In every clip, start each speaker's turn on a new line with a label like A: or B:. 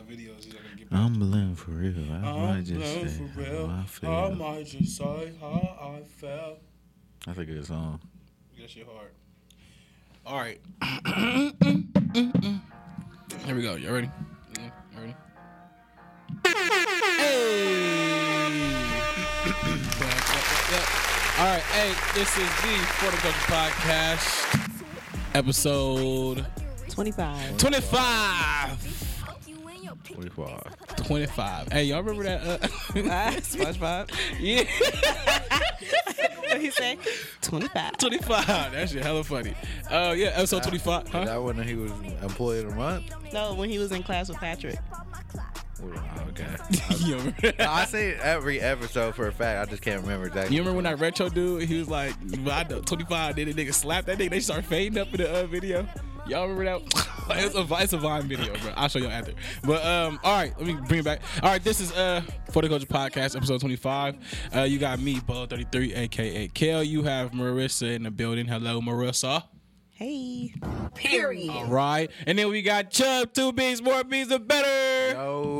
A: videos you're gonna get. back.
B: I'm living for real. I might
A: I'm
B: just
A: living
B: say
A: for real.
B: how I
A: I
B: feel.
A: might just say how I felt.
B: That's a good song.
A: Bless your heart. All right. Here we go. You all ready? Yeah, you ready? Hey! Clap, clap, clap, clap. All right. Hey, this is the Forticulture Podcast, episode
C: 25.
A: 25.
B: 45.
A: 25. Hey, y'all remember that? Uh,
C: SpongeBob.
A: yeah.
C: What he say? 25.
A: 25. That shit hella funny. Uh, yeah, episode 25.
B: Is
A: Huh?
B: that when he was employee of the month?
C: No, when he was in class with Patrick.
B: Wow, Okay.
A: you remember that?
B: I say every episode for a fact. I just can't remember exactly.
A: You remember when that retro dude? He was like, I know, 25. Then the nigga slapped that nigga. They start fading up in the uh, video. Y'all remember that? it's a it's a Vine video, bro. I'll show y'all after. But um, all right, let me bring it back. All right, this is uh for the culture podcast episode 25. Uh, you got me, Bolo 33, aka Kel. You have Marissa in the building. Hello, Marissa.
C: Hey.
A: All right, and then we got Chubb. Two bees, more bees, the better.
B: No.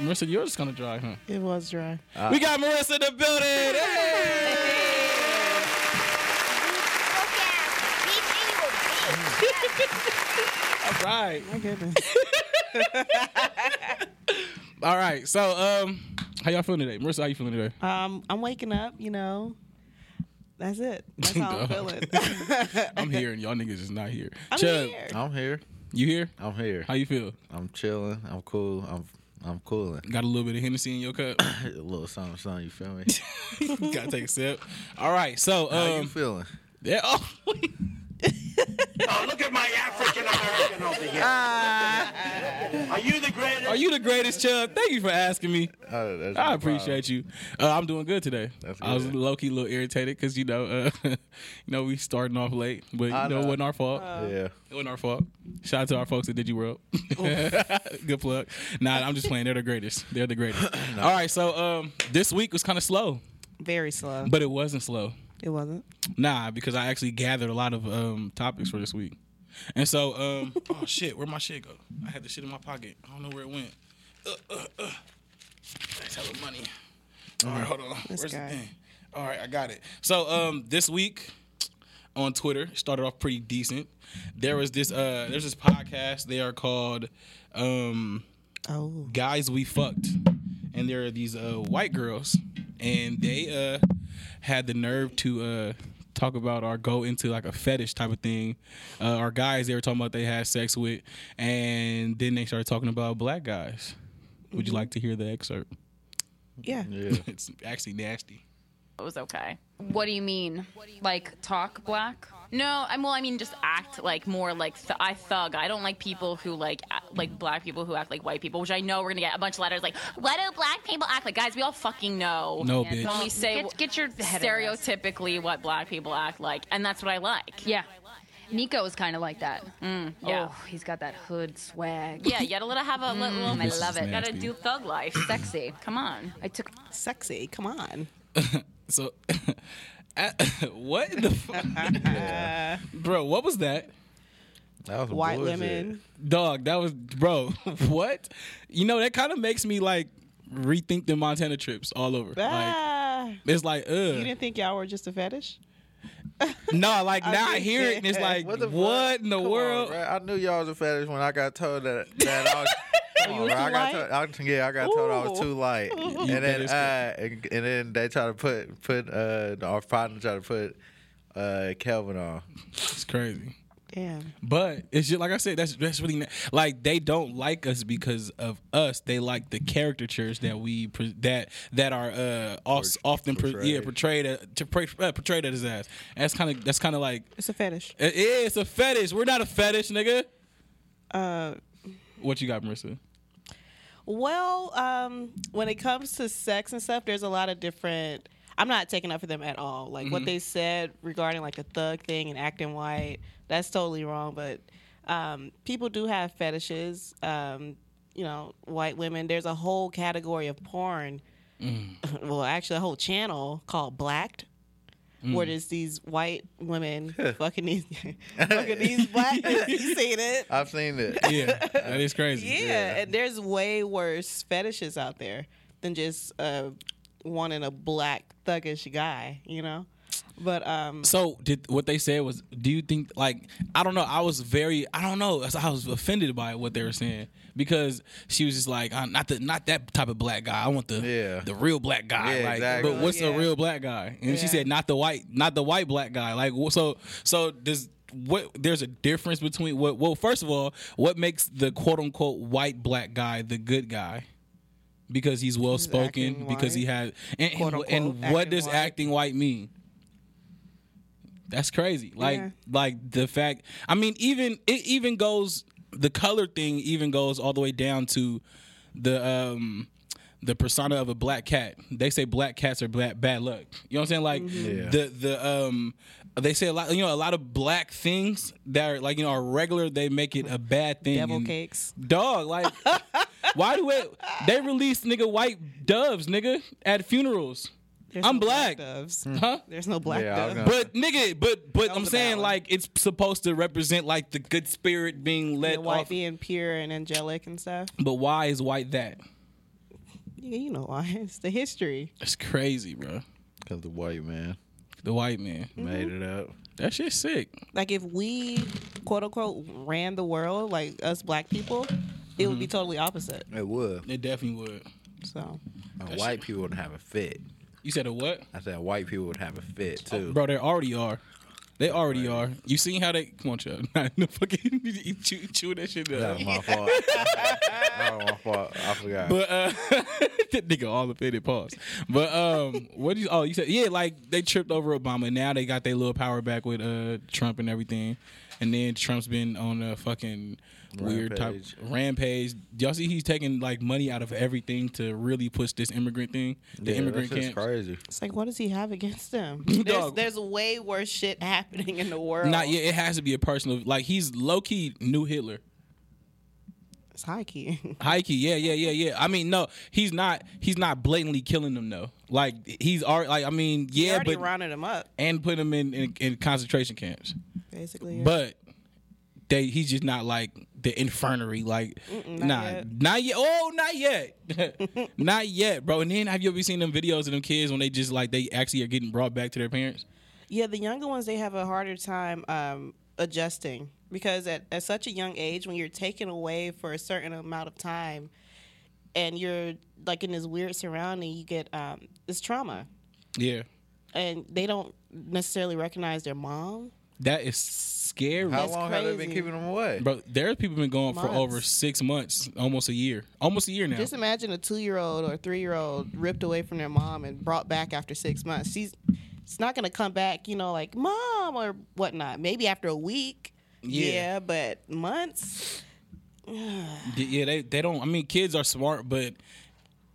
A: Marissa, you're just gonna dry, huh?
C: It was dry.
A: we got Marissa in the building. Hey! All right.
C: My goodness.
A: All right. So, um, how y'all feeling today, Marissa? How you feeling today?
C: Um, I'm waking up, you know. That's it. That's how I'm
A: Dog.
C: feeling.
A: I'm here, and y'all niggas is not here.
C: I'm
A: Chubb,
C: here.
B: I'm here.
A: you here?
B: I'm here.
A: How you feel?
B: I'm chilling. I'm cool. I'm I'm cooling.
A: Got a little bit of Hennessy in your cup.
B: A little something, something. You feel me?
A: Gotta take a sip. All right. So,
B: How you
A: um,
B: feeling?
A: yeah. Oh,
D: Oh, look at my African American over here. Are you the greatest?
A: are you the greatest, Chubb? Thank you for asking me.
B: Oh, that's
A: I
B: no
A: appreciate you. Uh, I'm doing good today.
B: That's
A: I was
B: good.
A: low key a little irritated because you know, uh, you know, we starting off late, but you
B: I
A: know,
B: know.
A: it
B: Uh,
A: wasn't our fault.
B: problem. Yeah.
A: It wasn't our fault. Shout out to our folks at DigiWorld. Good plug. Nah, I'm just playing. They're the greatest. They're the greatest. All right, so um, this week was kind of slow,
C: Very slow.
A: but it wasn't slow.
C: It wasn't.
A: Nah, because I actually gathered a lot of um, topics for this week. And so, um, oh shit, where my shit go? I had the shit in my pocket. I don't know where it went. Uh, uh, uh. That's hella money. All right, hold on.
C: This
A: Where's
C: guy.
A: the thing? All right, I got it. So um, this week on Twitter it started off pretty decent. There was this uh, there's this podcast. They are called um,
C: Oh.
A: guys we fucked and there are these uh, white girls and they uh, had the nerve to uh, talk about or go into like a fetish type of thing uh, or guys they were talking about they had sex with and then they started talking about black guys would you like to hear the excerpt
C: Yeah.
B: Yeah.
A: it's actually nasty
E: it was okay. What do you mean? Like talk black? No, I'm well. I mean, just act like more like th- I thug. I don't like people who like act, like black people who act like white people, which I know we're gonna get a bunch of letters like, "What do black people act like?" Guys, we all fucking know.
A: no bitch
E: When we say
F: Get- get your head in this.
E: stereotypically what black people act like, and that's what I like.
F: Yeah. Nico is kind of like that.
E: yeah.
F: Oh, he's got that hood swag.
E: Yeah, you gotta let it have a
A: Mm.
E: little.
F: I love it.
E: Gotta do thug life.
F: Sexy.
E: Come on.
F: I took
C: Sexy. Come on.
A: so at- what the fuck? bro what was that
B: That was
C: Uh, White
B: bullshit.
C: women.
A: Dog, that was bro. What? You know that kind of makes me like rethink the Montana trips all over. Like
C: Ah.
A: it's like, uh,
C: you
A: ugh.
C: didn't think y'all were just a fetish?
A: No, like now I
C: think-
A: hear it and it's like,
B: What the
A: what,
B: fuck?
A: in the
B: Come on,
A: world?
B: bruh. I knew y'all was a fetish when I got told that. that I was, Come on,
C: was
B: bruh. I got
C: too light?
B: told, I, was- yeah, I got told I was
C: Ooh.
B: too light, and
A: that
B: then
A: is
B: uh, and, and then they try to put put uh, our partner try to put uh, Kelvin on.
A: It's crazy.
C: Damn.
A: But it's just like I said, that's that's really na- like they don't like us because of us. They like the caricatures that we pre- that that are uh oft, often pre- yeah portrayed uh, to pre- uh, portrayed as ass. And That's kind of that's kind of like
C: It's a fetish.
A: it is a fetish. We're not a fetish, nigga.
C: Uh,
A: What you got, Marissa?
C: Well, um, when it comes to sex and stuff, there's a lot of different. I'm not taking up for them at all. Like what they said regarding like the thug thing and acting white, that's totally wrong. But um, people do have fetishes. Um, you know, white women. There's a whole category of porn. well, actually, a whole channel called Blacked. where there's these white women fucking these fucking these black men. You seen it?
B: I've seen it.
A: Yeah, that is crazy.
C: Yeah, and there's way worse fetishes out there than just uh, wanting a black thuggish guy, you know. But um,
A: So did what they said was? Do you think like I don't know? I was very I don't know. I was offended by what they were saying because she was just like i not the not that type of black guy. I want the
B: Yeah.
A: the real black guy.
B: Yeah,
A: like,
B: exactly.
A: But what's a
C: Yeah.
A: real black guy? And she
C: Yeah.
A: said not the white not the white black guy. Like wh- so so does what there's a difference between what well first of all what makes the quote unquote white black guy the good guy because he's well spoken
C: acting
A: because he
C: white.
A: had and, and,
C: Quote,
A: and
C: unquote,
A: what
C: acting
A: does
C: white.
A: acting white mean that's crazy like
C: Yeah.
A: like the fact i mean even it even goes the color thing even goes all the way down to the um the persona of a black cat they say black cats are bad, bad luck you know what i'm saying like
C: Mm-hmm.
B: Yeah.
A: the the um they say a lot you know a lot of black things that are like you know are regular they make it a bad thing
C: devil
A: and-
C: cakes.
A: Dog, like, why do it? They release nigga white doves, nigga, at funerals.
C: There's
A: I'm
C: no
A: black,
C: doves.
A: huh?
C: There's no black
B: Yeah, I was
C: doves.
B: gonna-
A: But nigga, but but I'm
C: was a
A: saying
C: bad one.
A: like it's supposed to represent like the good spirit being
C: The
A: led
C: white
A: off.
C: being pure and angelic and stuff.
A: But why is white that?
C: Yeah, you know why? It's the history.
A: That's crazy, bro.
B: Cause the white man
A: The white man.
B: made it up.
A: That shit's sick.
C: Like if we quote unquote ran the world, like us black people, it would be
A: Mm-hmm.
C: totally opposite.
B: It would.
A: It definitely would.
C: So
B: And white people would have a fit.
A: You said a what?
B: I said white people would have a fit too.
A: Bro, they already are. They already are. You seen how they come on, child. Not in the fucking you chew, chew that shit up.
B: That's my fault. That was my fault. I forgot.
A: But uh, that nigga all offended. Pause. But um, what do you? Oh, you said yeah. Like they tripped over Obama. and Now they got their little power back with uh Trump and everything. And then Trump's been on a fucking weird type
B: Rampage.
A: rampage. Do y'all see he's taking like money out of everything to really push this immigrant thing, the
B: yeah,
A: immigrant
B: that's
A: camp.
B: crazy.
C: it's like, what does he have against them? There's,
A: Dog.
C: there's way worse shit happening in the world.
A: Not yet. It has to be a personal. Like he's low key new Hitler.
C: It's high key.
A: Heike, yeah, yeah, yeah, yeah. I mean, no, he's not. He's not blatantly killing them though. Like he's already. Like I mean,
C: They
A: yeah,
C: already
A: but
C: rounded him up,
A: and put them in, in, in concentration camps.
C: basically. yeah.
A: But they he's just not like the infirmary. Like
C: not
A: nah,
C: yet.
A: not yet. Oh, not yet, not yet, bro. And then have you ever seen them videos of them kids when they just like they actually are getting brought back to their parents?
C: Yeah, the younger ones they have a harder time um, adjusting because at, at such a young age, when you're taken away for a certain amount of time, and you're like in this weird surrounding, you get um, this trauma,
A: Yeah,
C: and they don't necessarily recognize their mom.
A: that is scary.
B: How
C: That's
B: long have they been
C: crazy.
B: keeping them away?
A: Bro, there's people been going for
C: Months.
A: over six months, almost a year, almost a year now.
C: Just imagine a two-year-old or three-year-old ripped away from their mom and brought back after six months. She's it's not gonna come back, you know, like mom or whatnot. Maybe after a week.
A: Yeah.
C: yeah but months.
A: D- yeah, they they don't. I mean, kids are smart, but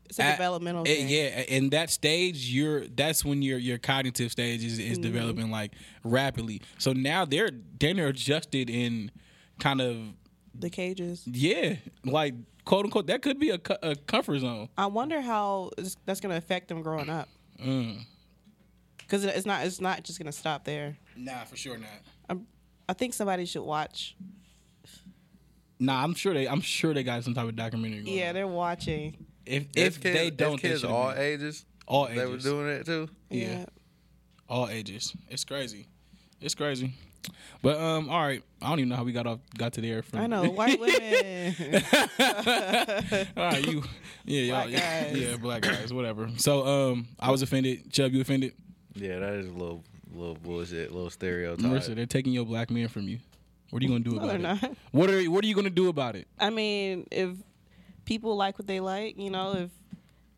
C: It's a
A: at-
C: developmental
A: eh,
C: thing.
A: yeah, in that stage, you're that's when your your cognitive stage is,
C: Mm-hmm.
A: is developing like rapidly. So now they're then they're adjusted in kind of
C: The cages.
A: yeah, like quote unquote. That could be a, co- a comfort zone.
C: I wonder how it's- that's going to affect them growing up.
A: Mm.
C: Because it's not it's not just going to stop there.
A: Nah, for sure not.
C: I think somebody should watch.
A: Nah, I'm sure they I'm sure they got some type of documentary. Going
C: Yeah,
A: on.
C: they're watching.
A: if
B: It's
A: if
B: kids-
A: they
B: it's
A: don't, they
B: kids
A: should
B: all
A: all,
B: ages.
A: all
B: They were
A: ages.
B: doing it too.
A: Yeah. all ages. It's crazy. It's crazy. But um, all right. I don't even know how we got off got to there. From
C: I know white women.
A: All right, Ah, you. Yeah, y'all.
C: Black
A: yeah,
C: guys.
A: yeah, black guys, whatever. So, um, I was offended. Chubb, you offended?
B: Yeah, that is a little, little bullshit, little stereotype.
A: Marissa, they're taking your black man from you. What are you gonna do about
C: they're
A: it?
C: not.
A: What are What are you gonna do about it?
C: I mean, if people like what they like, you know, if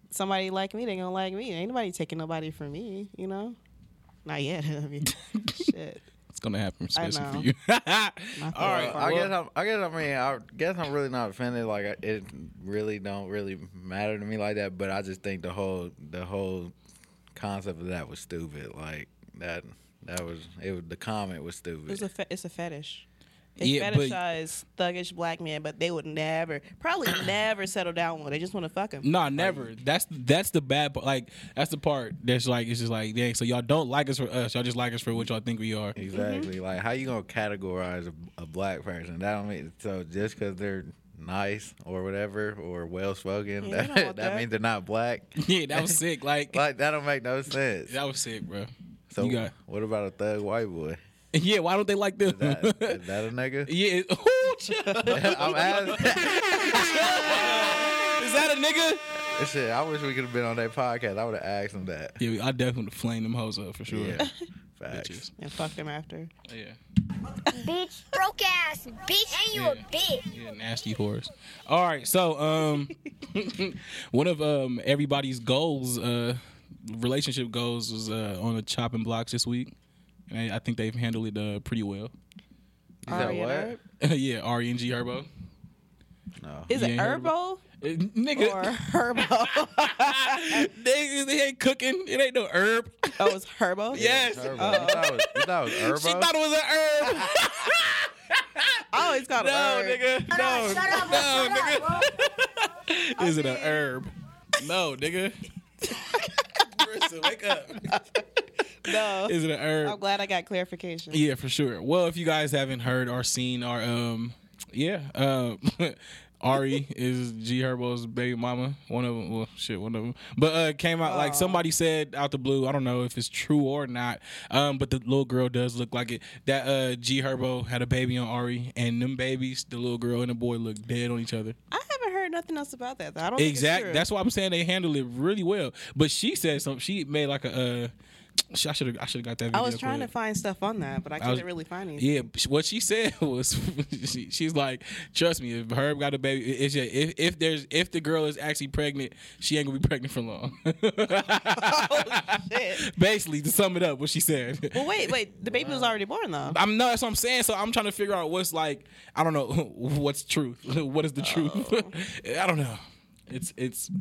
C: somebody like me, they gonna like me. Ain't nobody taking nobody from me, you know. Not yet. I mean, shit.
A: It's gonna happen,
C: I
A: especially for
C: know.
A: you.
C: Not
A: all right.
C: that
B: I
C: far.
B: guess I'm, I guess I mean I guess I'm really not offended. Like I- it really don't really matter to me like that. But I just think the whole the whole concept of that was stupid. Like that that was it. Was, the comment was stupid.
C: It's a fe- it's a fetish. They
A: Yeah, but-
C: fetishize thuggish black men, but they would never, probably never settle down one. They just want to fuck him.
A: Nah, never. That's that's the bad part. Like that's the part that's like it's just like dang. So y'all don't like us for us. Y'all just like us for what y'all think we are.
C: mm-hmm.
B: Exactly. Like, how you gonna categorize a, a black person? That don't mean so just because they're nice or whatever or well spoken,
C: Yeah, I don't
B: that, that,
C: want that.
B: means they're not black.
A: Yeah, that was sick. Like,
B: Like, that don't make no sense.
A: that was sick, bro.
B: So,
A: you got-
B: what about a thug white boy?
A: Yeah, why don't they like them?
B: Is that, is that a nigga?
A: yeah, Ooh, chill.
B: I'm asking.
A: is that a nigga?
B: Shit, I wish we could have been on that podcast. I would have asked him that.
A: Yeah, I definitely would flame them hoes up for sure.
B: Yeah.
A: Bitches.
B: Facts.
C: And fuck them after.
A: Oh, Yeah.
G: bitch. Broke ass, bitch. And you a
A: Yeah.
G: bitch.
A: Yeah, nasty horse. All right, so um, one of um everybody's goals, uh, relationship goals, was uh, on the chopping blocks this week, and I, I think they've handled it uh, pretty well.
B: Is that
C: Ari and
B: what?
C: Herb?
A: yeah, R E N G Herbo.
B: No.
C: Is it
A: You ain't heard
C: Herbo
A: Uh, nigga,
C: or Herbo?
A: they, they ain't cooking. It ain't no herb.
C: oh, it's Herbo?
A: Yes. Uh,
B: Herbo. You thought it was, you thought it was Herbo?
A: She thought it was an herb.
C: Oh, it's called
A: No,
C: Herb.
A: nigga. Oh, No, no, nigga. Is it a herb? No, nigga. Brissa, wake up.
C: No.
A: Is it a herb?
C: I'm glad I got clarification.
A: Yeah, for sure. Well, if you guys haven't heard or seen our um yeah, um Ari is G Herbo's baby mama. One of them, well, shit, one of them. But uh came out like somebody said out the blue. I don't know if it's true or not. Um, but the little girl does look like it. That uh G Herbo had a baby on Ari, and them babies, the little girl and the boy, look dead on each other.
C: I haven't heard nothing else about that. Though. I don't Think
A: Exactly.
C: it's
A: That's why I'm saying they handled it really well. But she said something. She made like a. Uh, sh- I should have. I should have got that.
C: true.
A: Video
C: I was trying to
A: clip.
C: find stuff on that, but I couldn't
A: was-
C: really find anything.
A: Yeah, sh- what she said was she, she's like, trust me, if Herb got a baby, i- it's just, if if there's if the girl is actually pregnant, she ain't gonna be pregnant for long.
C: Oh, Shit.
A: Basically, to sum it up, what she said.
C: Well, wait, wait. The baby was already born though.
A: I'm no, that's what I'm saying. So I'm trying to figure out what's like. I don't know what's truth. what
C: Oh.
A: is the truth? I don't know. It's it's. it's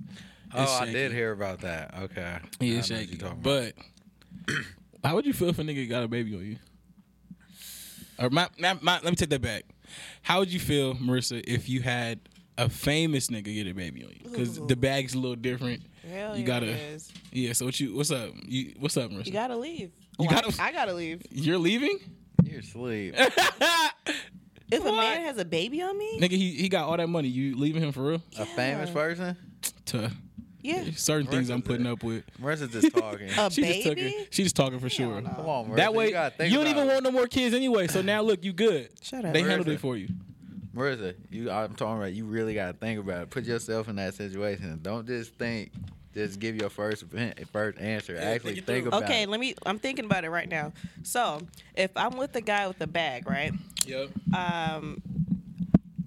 B: Oh, I
A: shaky.
B: did hear about that. Okay. I know
A: Yeah,
B: what
A: shaky.
B: you're talking about.
A: But how would you feel if a nigga got a baby on you? Or my, my, my, let me take that back. How would you feel, Marissa, if you had a famous nigga get a baby on you? Because the bag's a little different.
C: Hell
A: you
C: yeah,
A: gotta,
C: it is.
A: yeah. So what you? What's up? You what's up, Marissa?
C: You gotta leave.
A: You
C: Well,
A: gotta-
C: I, I gotta leave.
A: You're leaving,
B: You're asleep.
C: If a man has a baby on me,
A: nigga. He he got all that money. You leaving him for real?
B: A famous person?
A: To
C: yeah,
A: certain things
B: Marissa's
A: I'm putting
B: it.
A: up with.
B: Marissa's just talking.
C: a
A: She just took
C: baby.
A: it. She just talking for sure.
C: no.
B: Come on, Marissa.
A: That way,
B: you,
A: you,
B: gotta think
A: don't
B: about
A: even
B: it.
A: want no more kids anyway. So now look, you good.
C: Shut up.
A: They handled
B: Marissa.
A: it for you.
B: Marissa, you I'm talking about you really gotta think about it. Put yourself in that situation. Don't just think just give your first opin- first answer. Actually think, about
C: okay,
B: it.
C: let me. I'm thinking about it right now. So, if I'm with a guy with a bag, right?
A: Yep. Uh,
C: Um,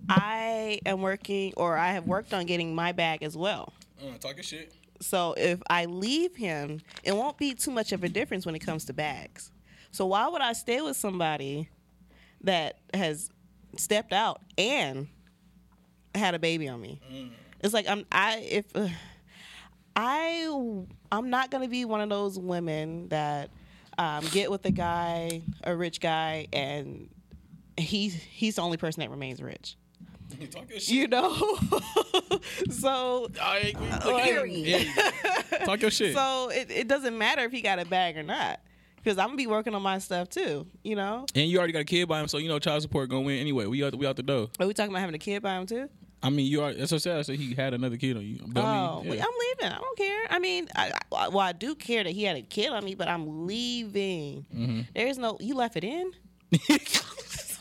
C: I am working, or I have worked on getting my bag as well.
A: Uh, talking shit.
C: So if I leave him, it won't be too much of a difference when it comes to bags. So why would I stay with somebody that has stepped out and had a baby on me? It's like I'm I if ugh, I I'm not gonna be one of those women that um, get with a guy, a rich guy, and he's he's the only person that remains rich.
A: talking
C: You know, so
A: Talk your shit.
C: Oh, So it, it doesn't matter if he got a bag or not. Because I'm gonna be working on my stuff too, you know.
A: and you already got a kid by him, so you know child support gonna win anyway. We out, we out the door.
C: Are we talking about having a kid by him too?
A: I mean, you are. That's what I said. I said he had another kid on you. But I
C: oh,
A: mean,
C: well,
A: yeah.
C: I'm leaving. I don't care. I mean, I, I- well, I do care that he had a kid on me, but I'm leaving.
A: Mm-hmm.
C: There's no. You left it in.
B: That's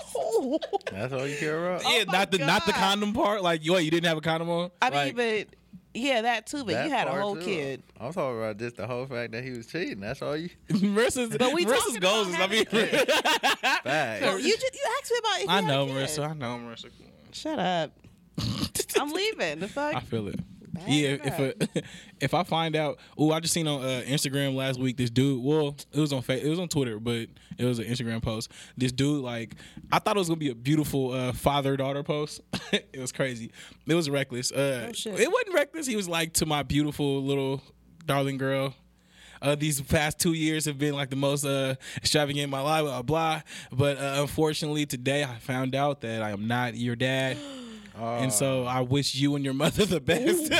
B: all you care about?
A: yeah,
C: Oh my
A: not the not the
C: God.
A: condom part. Like, wait, you didn't have a condom on?
C: I
A: Like,
C: mean, but yeah, that too. But
B: That
C: you had a
B: part
C: whole
B: too.
C: kid.
B: I'm talking about just the whole fact that he was cheating. That's all you
A: Marissa's,
C: But we
A: Marissa's
C: talking about
A: goals is I mean,
B: fact.
C: No, you just you asked me about. If
A: I
C: he had a
A: know
C: kid.
A: Marissa. I know Marissa. Come on.
C: Shut up. I'm leaving. The fuck.
A: I feel it. Yeah, if a, if I find out, oh, I just seen on uh, Instagram last week this dude. Well, it was on Fa- it was on Twitter, but it was an Instagram post. This dude, like, I thought it was gonna be a beautiful uh, father daughter post. it was crazy. It was reckless. Uh,
C: shit.
A: It wasn't reckless. He was like to my beautiful little darling girl. Uh, these past two years have been like the most uh, extravagant in my life, blah, blah. But uh, unfortunately, today I found out that I am not your dad. and so I wish you and your mother the best.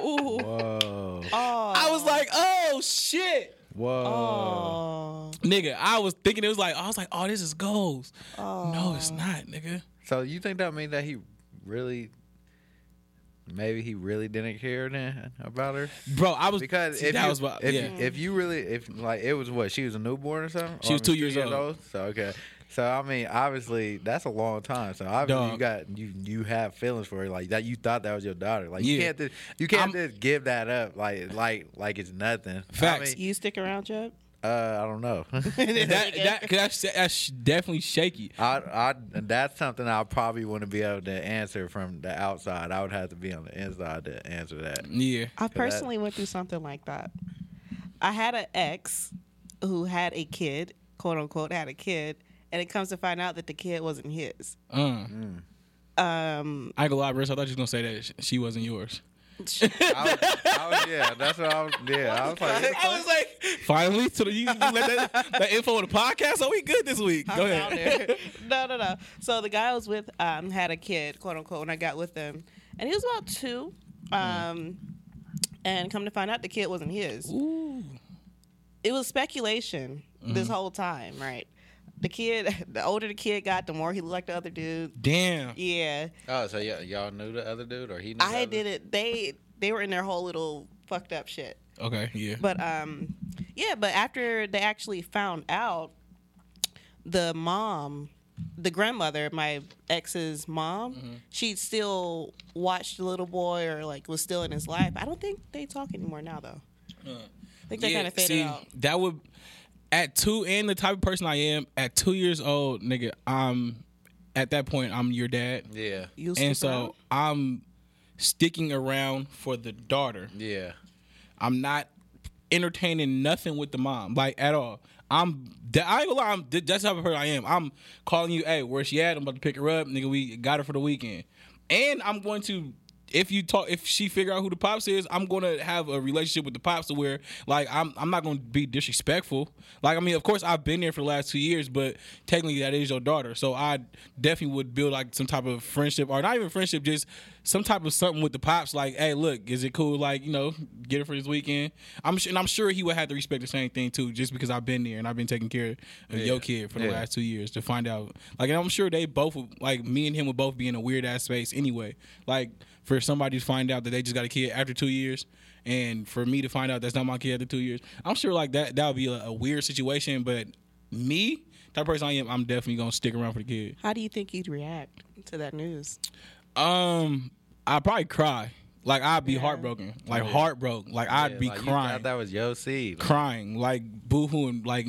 C: Ooh.
B: Whoa.
C: Oh.
A: I was like, oh, shit.
B: Whoa.
C: Oh.
A: Nigga, I was thinking it was like, I was like, oh, this is goals.
C: Oh.
A: No, it's not, nigga.
B: So you think that means that he really, maybe he really didn't care then about her?
A: Bro, I was.
B: Because
A: see,
B: if
A: that
B: you,
A: was what.
B: if,
A: yeah.
B: if you really if like it was what she was a newborn or something.
A: She was
B: Or
A: two years old.
B: So okay. So I mean, obviously that's a long time. So obviously
A: Dog.
B: you got you you have feelings for her like that. You thought that was your daughter. Like you
A: Yeah.
B: can't just, you can't
A: I'm-
B: just give that up like like like it's nothing.
A: Facts.
B: I, mean,
C: You stick around, Jeb?
B: uh, I don't know.
A: that, that, 'cause that's, that's definitely shaky.
B: I, I that's something I probably wouldn't be able to answer from the outside. I would have to be on the inside to answer that.
A: Yeah.
C: I personally went through something like that. I had an ex who had a kid, quote unquote, had a kid, and it comes to find out that the kid wasn't his.
A: Uh.
C: Um,
A: I ain't gonna lie, Briss. I thought you was gonna say that sh- she wasn't yours.
B: I was, I was, yeah, that's what I was. Yeah, I was like,
A: I was like, finally, so you you let that, that info on the podcast. Are we good this week? Go
C: down
A: ahead.
C: there. no, no, no. So the guy I was with um, had a kid, quote unquote, when I got with him, and he was about two.
A: Mm.
C: Um, and come to find out, the kid wasn't his.
A: Ooh. Mm-hmm.
C: it was speculation this whole time, right? The kid, the older the kid got, the more he looked like the other dude.
A: Damn.
C: Yeah,
B: oh, so y- y'all knew the other dude, or he? Knew the
C: I
B: other-
C: did it. They they were in their whole little fucked up shit.
A: Okay. Yeah.
C: But um, yeah. But after they actually found out, the mom, the grandmother, my ex's mom,
A: Mm-hmm.
C: she still watched the little boy or like was still in his life. I don't think they talk anymore now though. I think they
A: Yeah,
C: kind of faded
A: see,
C: out.
A: That would at two and the type of person I am at two years old, nigga. I'm at that point. I'm your dad,
B: Yeah,
C: You
A: and
C: stick around?
A: so I'm sticking around for the daughter.
B: yeah.
A: I'm not entertaining nothing with the mom, like at all. I'm that I ain't gonna lie, I'm th- that's how person I am. I'm calling you, hey, where she at? I'm about to pick her up, nigga. We got her for the weekend, and I'm going to. If you talk, if she figure out who the pops is, I'm gonna have a relationship with the pops to where, like, I'm I'm not gonna be disrespectful. Like, I mean, of course, I've been there for the last two years, but technically, that is your daughter, so I definitely would build like some type of friendship, or not even friendship, just some type of something with the pops. Like, hey, look, is it cool? Like, you know, get it for this weekend. I'm sure, and I'm sure he would have to respect the same thing too, just because I've been there and I've been taking care of your kid for the
B: Yeah.
A: last two years to find out. Like, and I'm sure they both, would- like me and him, would both be in a weird ass space anyway. Like, for somebody to find out that they just got a kid after two years, and for me to find out that's not my kid after two years, I'm sure like that that would be a, a weird situation. But me, that person I am, I'm definitely gonna stick around for the kid.
C: How do you think you'd react to that news?
A: Um, I probably cry. Like I'd be heartbroken, like heartbroken. Like I'd
B: Yeah,
A: be
B: like, you
A: crying,
B: thought that was your seed.
A: crying, like boohooing, like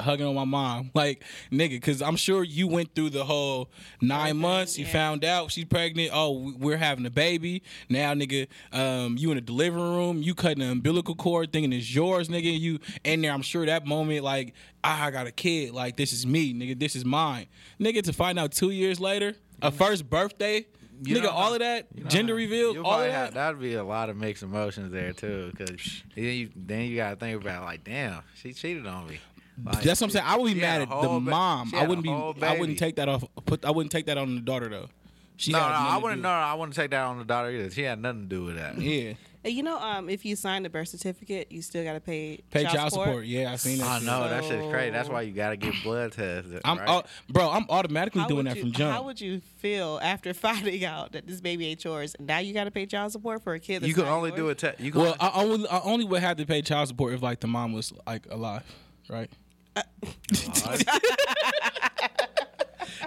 A: hugging on my mom, like nigga. Cause I'm sure you went through the whole nine months. You found out she's pregnant. Oh, we- we're having a baby now, nigga. Um, you in the delivery room. You cutting the umbilical cord, thinking it's yours, nigga. You in there. I'm sure that moment, like "Ah, I got a kid. Like this is me, nigga. This is mine, nigga. To find out two years later, a first birthday.
B: You
A: nigga,
B: don't
A: all
B: know.
A: of that gender reveal,
B: You
A: all
B: probably
A: of that. Mm-hmm.
B: have- that'd be a lot of mixed emotions there too, because then you then you gotta think about like, damn, she cheated on me. Like,
A: That's what I'm saying. I would
B: she
A: be
B: had
A: mad
B: a
A: at the
B: whole ba-
A: mom.
B: she
A: I
B: had a
A: wouldn't be.
B: whole
A: I wouldn't
B: baby.
A: take that off. Put. I wouldn't take that on the daughter though. She
B: No, no,
A: had nothing
B: I
A: to
B: wouldn't.
A: do- Mm.
B: No, no, I wouldn't take that on the daughter either. She had nothing to do with that.
A: Yeah,
C: Uh, You know, um, if you sign the birth certificate, you still gotta pay
A: pay child, support. Yeah, I seen that.
B: I
A: shit.
B: know that shit's crazy. That's
C: So-
B: why you gotta get blood tests.
A: I'm uh,
B: right?
A: au- bro. I'm automatically doing
C: would
A: that
C: you,
A: from jump.
C: How would you feel after finding out that this baby ain't yours, and now you gotta pay child support for a kid? That's
B: you can
C: not
B: only
C: yours?
B: do a test. You can
A: well,
B: only-
A: I only, I only would have to pay child support if like the mom was like alive, right?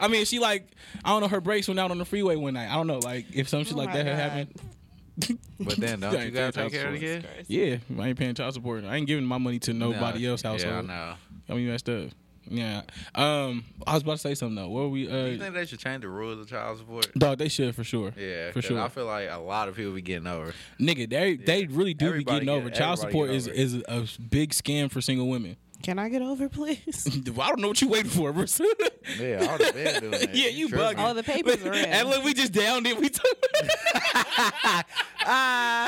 A: I mean, she like I don't know. Her brakes went out on the freeway one night. I don't know, like if some shit
C: Oh
A: like
C: my
A: that had
C: God.
A: happened.
B: but then don't
A: I
B: you
A: ain't
B: gotta
A: paying
B: take care of the
A: child
B: kid?
A: Yeah, I ain't paying child support. I ain't giving my money to nobody
B: No,
A: else household.
B: Yeah, I know.
A: I mean, messed up. Yeah. Um, I was about to say something though. What were we?
B: Do you
A: Uh,
B: think they should change the rules of child support?
A: dog, they should for sure.
B: Yeah,
A: for
B: 'cause
A: sure.
B: I feel like a lot of people be getting over.
A: Nigga, they they really do
B: Everybody
A: be getting
B: get-
A: over. Child
B: everybody
A: support
B: get
A: is
B: over it.
A: is a big scam for single women.
C: Can I get over, please?
A: Well, I don't know what you waiting for, Bruce.
B: Yeah, I was been doing that.
A: yeah, you
B: tripping.
A: bugging.
C: Oh, the papers are in.
A: And look, we just downed it. We took.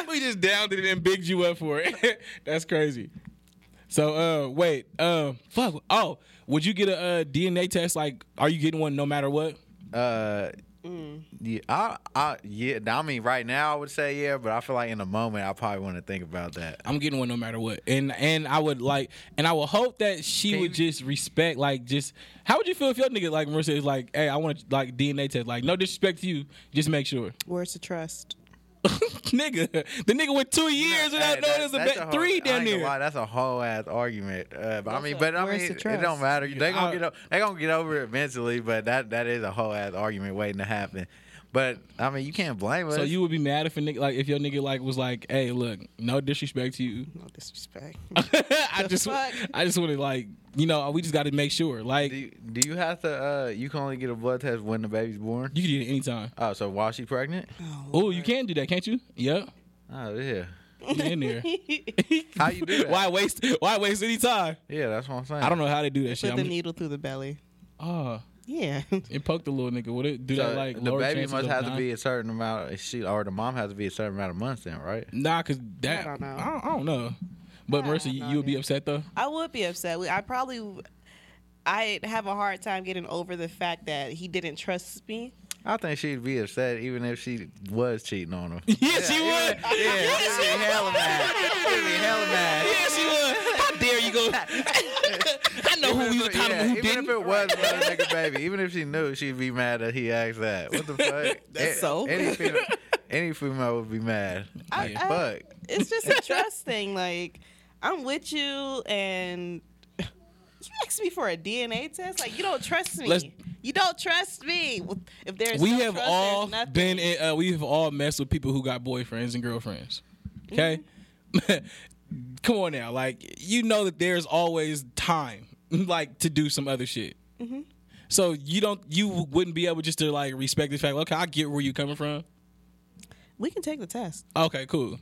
A: we just downed it and bigged you up for it. That's crazy. So, uh, wait, uh, fuck. Oh, would you get a uh, DNA test? Like, are you getting one no matter what?
B: Uh,
C: Mm.
B: yeah, I, I, yeah. I mean, right now I would say yeah, but I feel like in a moment I probably want to think about that.
A: I'm getting one no matter what, and and I would like, and I would hope that she would just respect, like, just how would you feel if your nigga like Marissa is like, hey, I want to like DNA test, like, no disrespect to you, just make sure,
C: Where's the trust?
A: nigga, the nigga went two years without
B: Hey,
A: knowing it's a
B: that's
A: ba-
B: whole- I
A: three
B: ain't
A: down
B: gonna
A: there.
B: lie, that's a whole ass argument. Uh, but I mean,
C: a-
B: but I
C: where's
B: mean,
C: the
B: it
C: trust?
B: don't matter. They
A: I-
B: gonna get o- they gonna get over it eventually. But that that is a whole ass argument waiting to happen. But I mean, you can't blame us.
A: So you would be mad if a nigga like if your nigga like was like, hey, look, no disrespect to you,
C: No disrespect.
A: I just
C: fuck?
A: I just want to like, you know, we just got to make sure, like,
B: do,
A: you
B: you, do you have to? Uh, you can only get a blood test when the baby's born.
A: can get it anytime.
B: Oh, so while she's pregnant?
A: Oh, you can do that, can't you? Yep,
B: Oh yeah.
A: you in there.
B: How you do that?
A: Why waste? Why waste any time?
B: Yeah, that's what I'm saying.
A: I don't know how they do that shit.
C: Put the
A: I'm,
C: needle through the belly.
A: oh,
C: Yeah.
A: it poked the little nigga. Would it do
B: So
A: that like
B: the
A: lower
B: baby
A: chances
B: must
A: of
B: have to
A: dying?
B: be a certain amount. She or the mom has to be a certain amount of months then, right?
A: Nah, cause that I
C: don't
A: don't
C: know.
A: know. I don't, know. But Marissa, you would be upset though.
C: I would be upset. We- I probably, I have a hard time getting over the fact that he didn't trust me.
B: I think she'd be upset even if she was cheating on him.
A: Yes, you would.
B: yeah, she'd be hella mad. She'd be hella mad.
A: Yes, you would. How dare you go? I know who you were kind
B: Yeah,
A: of who
B: even
A: didn't.
B: if it was another nigga baby, even if she knew, she'd be mad that he asked that. What the fuck?
C: That's
B: A-
C: so-
B: Any female, any female would be mad. Like,
C: I-
B: fuck.
C: It's just a trust thing. Like, I'm with you, and you asked me for a DNA test. Like, you don't trust me.
A: Let's-
C: you don't trust me. Well, If there's
A: we
C: no
A: have
C: trust,
A: all
C: there's nothing.
A: been in, uh, we've all messed with people who got boyfriends and girlfriends
C: Mm-hmm.
A: okay come on now like you know that there's always time like to do some other shit
C: Mm-hmm.
A: so you don't you wouldn't be able just to like respect this fact okay i get where you coming from
C: We can take the test.
A: okay cool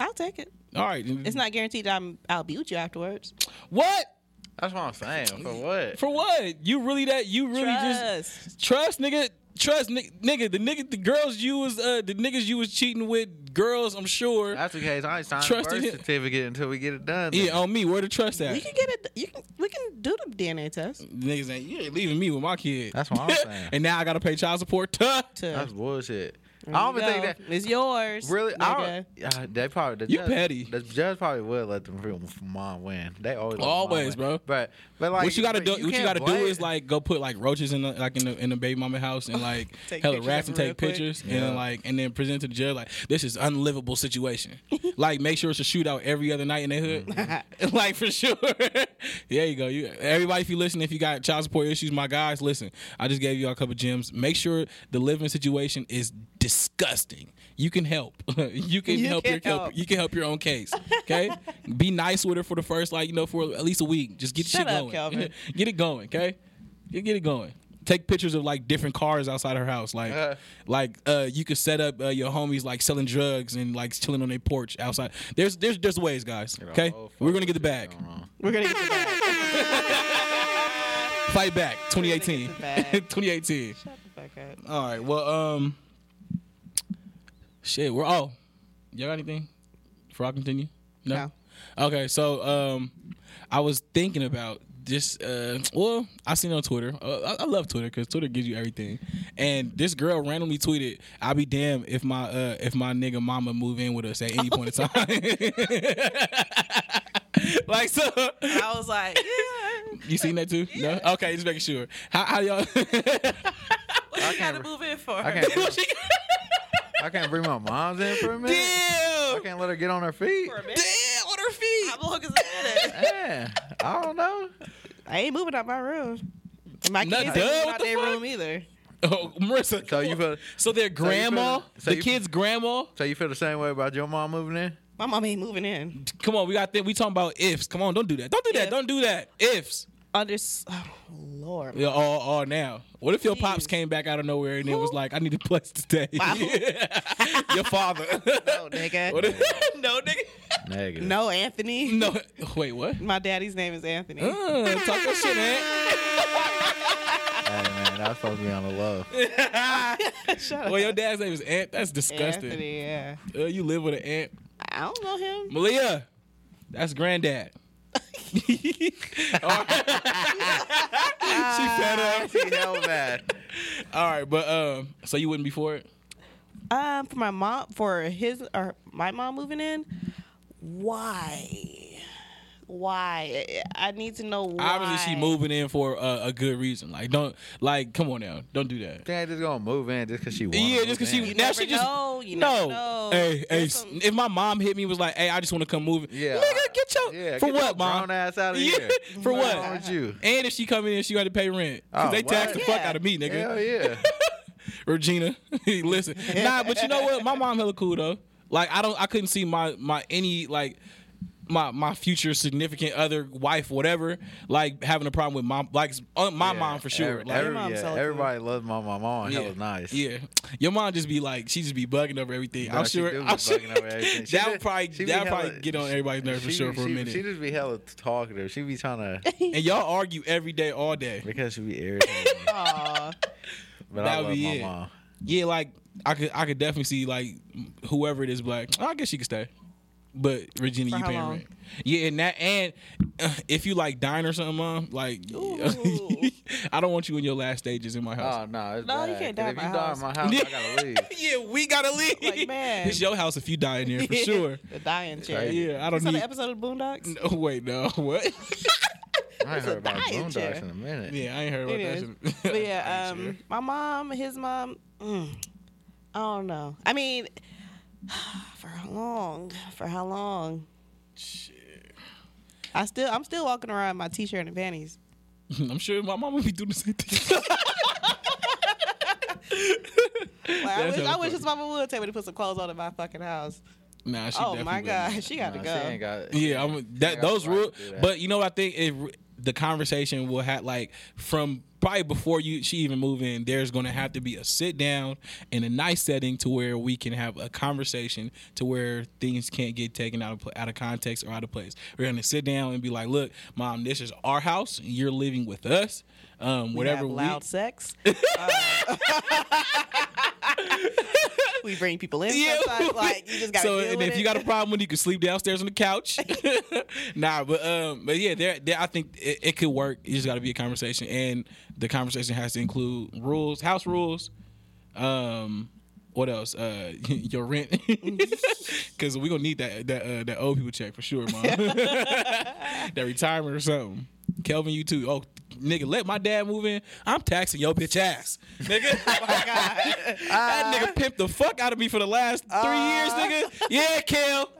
C: I'll take it.
A: all right
C: It's not guaranteed I'm I'll be with you afterwards.
A: what
B: That's what I'm saying. For what?
A: for what you really that you really just
C: Trust.
A: Trust, nigga. Trust, ni- nigga. The nigga, the girls you was, uh, the niggas you was cheating with, girls. I'm sure.
B: That's the case. I ain't signing
A: Trust
B: birth
A: in it.
B: certificate until we get it done. then.
A: yeah, oh, on me. Where the trust at?
C: We can get it. You can. We can do the DNA test.
A: Niggas ain't you ain't leaving me with my kid.
B: That's what I'm saying.
A: and now I gotta pay child support. Tuh.
C: To,
B: That's bullshit. I don't even think that.
C: it's yours.
B: Really, I
C: nigga.
B: don't, uh, they probably the
A: You
B: judge,
A: petty.
B: The judge probably would let them real mom win. They always let the mom
A: Always,
B: win.
A: bro.
B: But but like
A: what you gotta
B: but
A: do? what you
B: can't
A: gotta do
B: blame-
A: is like go put like roaches in the like in the in the baby mama house and like
C: Take
A: hella
C: pictures
A: rats
C: of
A: and
C: her real
A: take
C: quick.
A: pictures
B: Yeah.
A: and like and then present to the judge like this is unlivable situation. like make sure it's a shootout every other night in the
C: Mm-hmm.
A: hood. like for sure. there you go. You everybody if you listen if you got child support issues, my guys listen. I just gave you all a couple gems. Make sure the living situation is disgusting. You can help. you can
C: You
A: help
C: can
A: your help.
C: help.
A: You can help your own case. Okay, be nice with her for the first like you know for at least a week. Just get
C: Shut
A: shit
C: up,
A: going.
C: Calvin.
A: get it going, okay? Get, get it going. Take pictures of like different cars outside her house, like
B: Uh.
A: like uh, you could set up uh, your homies like selling drugs and like chilling on their porch outside. There's there's there's ways, guys. Okay,
B: whole
A: we're gonna get the
B: fucking
A: bag.
B: going on.
C: We're gonna get the bag.
A: Fight back, 2018,
C: We're gonna get the bag.
A: 2018.
C: Shut the fuck up.
A: All right, well um, shit, we're all. Y'all got anything? Before I continue,
C: No.
A: Okay, so um, I was thinking about this. Uh, well, I seen it on Twitter. Uh, I, I love Twitter because Twitter gives you everything. And this girl randomly tweeted, "I'll be damn if my uh, if my nigga mama move in with us at any point in time." like so,
C: I was like, yeah.
A: you seen that too? No. Okay, just making sure. How, how y'all?
C: What you gotta move in for?
B: I can't. bring- I can't bring my mom's in for a minute. I
A: damn.
B: can't let her get on her feet.
C: For a minute?
A: Damn, on her feet.
C: How long is it?
B: Yeah, I don't know.
C: I ain't moving out my room. My
A: Not
C: kids ain't
A: done?
C: moving
A: What
C: out
A: the
C: their
A: fuck?
C: room either.
A: Oh, Marissa.
B: So you
A: come
B: feel
A: on. so their grandma,
B: so
A: the
B: you-
A: kid's grandma.
B: so you feel the same way about your mom moving in?
C: My mom ain't moving in.
A: Come on, we got that. We talking about ifs. Come on, don't do that. Don't do that.
C: If.
A: Don't do that. Ifs.
C: Under, oh Lord,
A: Yeah, all, all now. What if your pops
C: Jeez.
A: came back out of nowhere and it was like, I need a place to stay? your father.
C: nigga.
A: What if- no, nigga.
B: Negative.
C: No, Anthony.
A: No, wait, what?
C: My daddy's name is Anthony.
A: Uh, talk your shit, man.
B: Hey, man, I was supposed to be on the low.
C: Shut
A: Well, your dad's name is Ant. That's disgusting.
C: Anthony, yeah.
A: Uh, you live with an ant.
C: I don't know him.
A: Malia, that's granddad. All right. she fed up.
B: Hell bad.
A: All right, but um, so you wouldn't be for it?
C: Um, for my mom, for his or my mom moving in, why? Why? I I need to know why.
A: Obviously, she moving in for a, a good reason. Like, don't like, come on now, don't do that.
B: They ain't just gonna move in just because she wants.
A: Yeah, just because she
C: You
A: now
C: never
A: she just
C: know, you
A: no.
C: never know.
A: Hey, hey,
C: There's some-
A: if my mom hit me and was like, hey, I just want to come move.
B: Yeah.
A: nigga, get your
B: Yeah,
A: for
B: get your
A: what, mom?
B: grown ass out of
A: yeah,
B: here.
A: for
B: What's wrong
A: what?
B: with you?
A: And if she come in, she got to pay rent. 'Cause
B: Oh,
A: they tax
B: what?
A: the fuck
C: Yeah.
A: out of me, nigga.
B: Hell yeah.
A: Regina, listen. Nah, but you know what? My mom hella cool though. Like I don't, I couldn't see my my any like my my future significant other wife, whatever. Like having a problem with my like uh, my
B: Yeah,
A: mom for sure.
B: every-
A: like,
B: every-
C: mom's
B: yeah,
C: so cool.
B: everybody loves my mom. My mom
A: yeah,
B: hella nice.
A: Yeah, your mom just be like she just be bugging over everything.
B: Nah,
A: I'm
B: she
A: sure.
B: do be
A: I'm sure
B: bugging over everything. She
A: that would
B: just-
A: probably
B: she be
A: that would
B: hella-
A: probably get on everybody's nerves for
B: She-
A: sure for a
B: she-
A: minute.
B: She just be hella talkative. She be trying to
A: and y'all argue every day, all day.
B: because she be irritated.
C: Aw.
B: But I
A: That would
B: love
A: be
B: my
A: it.
B: mom.
A: Yeah, like I could I could definitely see like whoever it is black. I guess she could stay. But Regina,
C: For
A: you
C: how
A: paying
C: long?
A: rent. Yeah, and that and uh, if you like dine or something, mom, like
C: Ooh. Ah.
A: I don't want you in your last stages in my house.
B: Oh no, it's
C: No,
B: bad.
C: you can't
B: 'Cause
C: die
B: If
C: at
B: you
C: my
B: die at
C: house.
B: my house, I gotta leave.
A: yeah, we gotta leave.
C: Like, man.
A: It's your house if you die in there for sure.
C: the dying chair.
A: Right. Yeah, I don't
C: Saw
A: need.
C: the episode of Boondocks.
A: No, wait, no, what?
B: I ain't heard about
C: dying chair.
B: Boondocks in a minute.
A: yeah, I ain't heard about
C: It
A: that.
C: is.
A: Shit.
C: but yeah, um, my mom, his mom. Mm, I don't know. I mean, for how long? For how long? Shit. I still, I'm still walking around in my t-shirt and panties. um,
A: I'm sure my mom would be doing the same thing.
C: Like, I
A: That's hella
C: wish, I wish
A: funny.
C: his mama would tell me to put some clothes on in my fucking house.
A: nah, she
C: oh
A: definitely
C: my
A: wouldn't.
C: god, she got to
B: Nah, she
C: go.
B: ain't got-
A: Yeah, I'm
B: got
A: that
B: the
A: those
B: right to
A: rules.
B: do that.
A: But you know, what I think it, the conversation will have like from probably before you she even move in. There's going to have to be a sit down in a nice setting to where we can have a conversation to where things can't get taken out of pla- out of context or out of place. We're going to sit down and be like, look, mom, this is our house. And you're living with us. Um,
C: We have
A: whatever
C: loud
A: we
C: sex. Uh, we bring people in. Sometimes. Like you just got to
A: so
C: deal
A: and
C: with
A: if
C: it.
A: you got a problem with it, you can sleep downstairs on the couch nah but um but yeah there, there i think it, it could work it just got to be a conversation and the conversation has to include rules house rules um what else? Uh, your rent, because we're gonna need that that uh, that old people check for sure, mom. that retirement or something. Kelvin, you too. Oh, nigga, let my dad move in. I'm taxing your bitch ass, nigga.
C: Oh
A: that nigga pimped the fuck out of me for the last three years, nigga. Yeah, Kel.